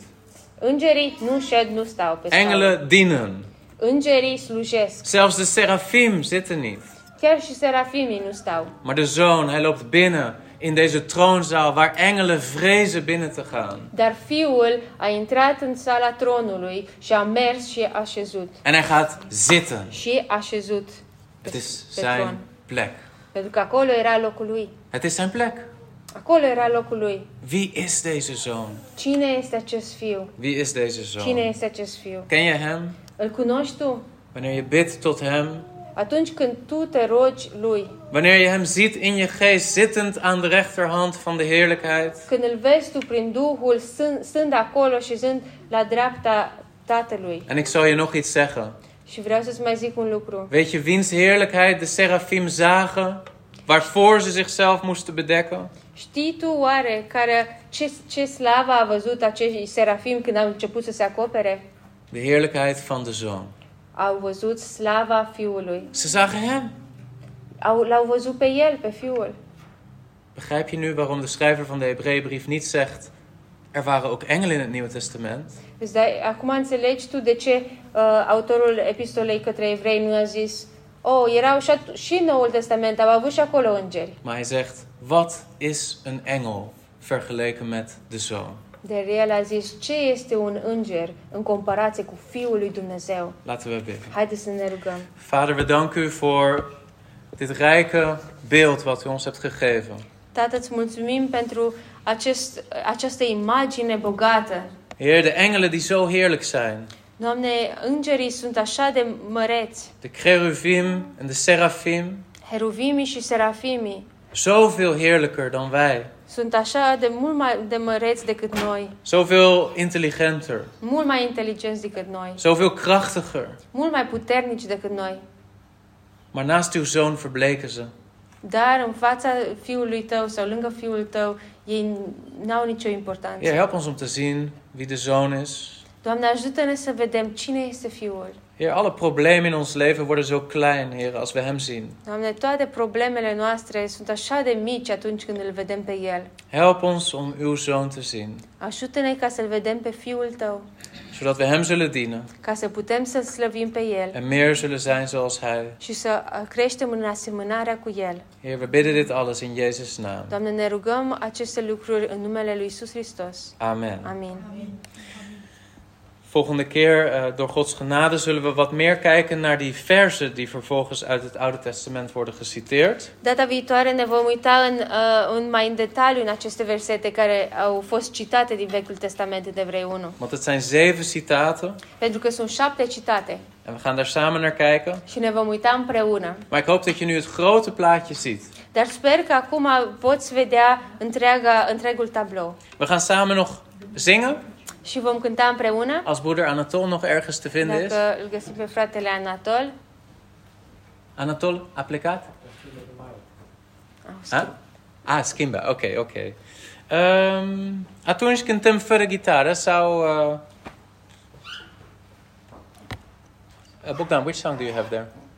Speaker 2: Îngerii nu șed, nu stau pe scaun.
Speaker 1: Engelen dienen.
Speaker 2: Îngerii slujesc.
Speaker 1: Zelfs de serafim zitten niet.
Speaker 2: Chiar și serafimii nu stau.
Speaker 1: Maar de zoon, hij loopt binnen in deze troonzaal waar engelen vrezen binnen te gaan.
Speaker 2: Dar fiul a intrat în sala tronului și a mers și a așezut.
Speaker 1: En hij gaat zitten.
Speaker 2: Și a așezut
Speaker 1: Het is
Speaker 2: pe
Speaker 1: zijn
Speaker 2: tron.
Speaker 1: plek.
Speaker 2: Pentru că acolo era locul lui.
Speaker 1: Het is zijn plek.
Speaker 2: Acolo era locul lui.
Speaker 1: Wie is deze zoon?
Speaker 2: Cine este acest fiu?
Speaker 1: Wie is deze
Speaker 2: Cine
Speaker 1: zoon?
Speaker 2: este acest fiu?
Speaker 1: Ken je hem?
Speaker 2: Îl cunoști tu?
Speaker 1: Wanneer je bidt tot hem,
Speaker 2: Atunci când tu te rogi lui,
Speaker 1: wanneer je hem ziet in je geest zittend aan de rechterhand van de heerlijkheid,
Speaker 2: când îl vezi tu prin Duhul, stând, stând acolo și zând la dreapta Tatălui.
Speaker 1: en ik zal je nog iets zeggen.
Speaker 2: Și vreau să-ți mai zic un lucru.
Speaker 1: Weet je wiens heerlijkheid de serafim zagen, waarvoor ze zichzelf moesten bedekken?
Speaker 2: Știi tu oare care, ce, ce slavă a văzut acești serafim când au început să se acopere?
Speaker 1: De heerlijkheid van de zoon.
Speaker 2: Au văzut slava Fiului.
Speaker 1: Ze zagen hem.
Speaker 2: Au, l-au văzut pe el, pe Fiul.
Speaker 1: Begrijp je nu waarom de schrijver van de Hebreeënbrief niet zegt, er waren ook engelen in het Nieuwe Testament?
Speaker 2: Îți dai, acum înțelegi tu de ce uh, autorul epistolei către evrei nu a zis Oh, erau și, at- și în Noul Testament, au avut și acolo îngeri.
Speaker 1: Maar hij zegt, wat is een engel vergeleken met de zoon?
Speaker 2: Dar el a zis, ce este un înger în comparație cu Fiul lui Dumnezeu?
Speaker 1: Laten we bidden.
Speaker 2: Haideți să ne rugăm.
Speaker 1: Vader, we danken u voor dit rijke beeld wat u ons hebt gegeven.
Speaker 2: Tată, îți mulțumim pentru acest, această imagine bogată.
Speaker 1: Heer, de engelen die zo heerlijk zijn.
Speaker 2: Doamne, îngerii sunt așa de măreți.
Speaker 1: De cherubim en de serafim.
Speaker 2: Heruvimii și serafimii
Speaker 1: Zoveel heerlijker dan wij.
Speaker 2: sunt așa de mult mai de măreți decât noi.
Speaker 1: Zoveel intelligenter.
Speaker 2: Mult mai inteligenți decât noi.
Speaker 1: Zoveel krachtiger.
Speaker 2: Mult mai puternici decât noi.
Speaker 1: Maar naast uw zoon verbleken ze.
Speaker 2: Dar în fața fiului tău sau lângă fiul tău, ei n-au nicio importanță.
Speaker 1: Heer, help ons om te zien wie de zoon is.
Speaker 2: Doamne, ajută-ne să vedem cine este Fiul.
Speaker 1: Heer, alle problemen in ons leven worden zo klein, Heer, als we hem zien.
Speaker 2: Doamne, toate problemele noastre sunt așa de mici atunci când îl vedem pe El.
Speaker 1: Help ons om uw zoon te zien.
Speaker 2: Ajută-ne ca să-L vedem pe Fiul Tău,
Speaker 1: Zodat we hem zullen dienen.
Speaker 2: ca să putem să-L slăvim pe El
Speaker 1: En meer zullen zijn zoals hij.
Speaker 2: și să uh, creștem în asemănarea cu El.
Speaker 1: Heer, we bidden dit alles in Jezus' naam.
Speaker 2: Doamne, ne rugăm aceste lucruri în numele Lui Isus Hristos.
Speaker 1: Amen.
Speaker 2: Amin.
Speaker 1: Volgende keer, eh, door Gods genade, zullen we wat meer kijken naar die versen die vervolgens uit het Oude Testament worden geciteerd.
Speaker 2: Data viitoare ne vom uita în, uh, în mai în detaliu în aceste versete care au fost citate din Vechiul Testament în Evrei 1.
Speaker 1: Want het zijn zeven citaten
Speaker 2: Pentru că sunt șapte citate
Speaker 1: en we gaan daar samen naar kijken.
Speaker 2: și ne vom uita împreună.
Speaker 1: Maar ik hoop dat je nu het grote plaatje ziet.
Speaker 2: Dar sper că acum poți vedea întreaga, întregul tablou.
Speaker 1: We gaan samen nog zingen,
Speaker 2: Și vom cânta împreună,
Speaker 1: als broeder Anatol nog ergens te vinden is.
Speaker 2: dacă îl găsim pe fratele Anatol.
Speaker 1: Anatol, applicaat?
Speaker 2: Ah,
Speaker 1: Huh? Ah, Skimba, oké, oké. Ehm, atunci cântăm fără gitară sau... eh, uh, Bogdan, uh, which song do you have there?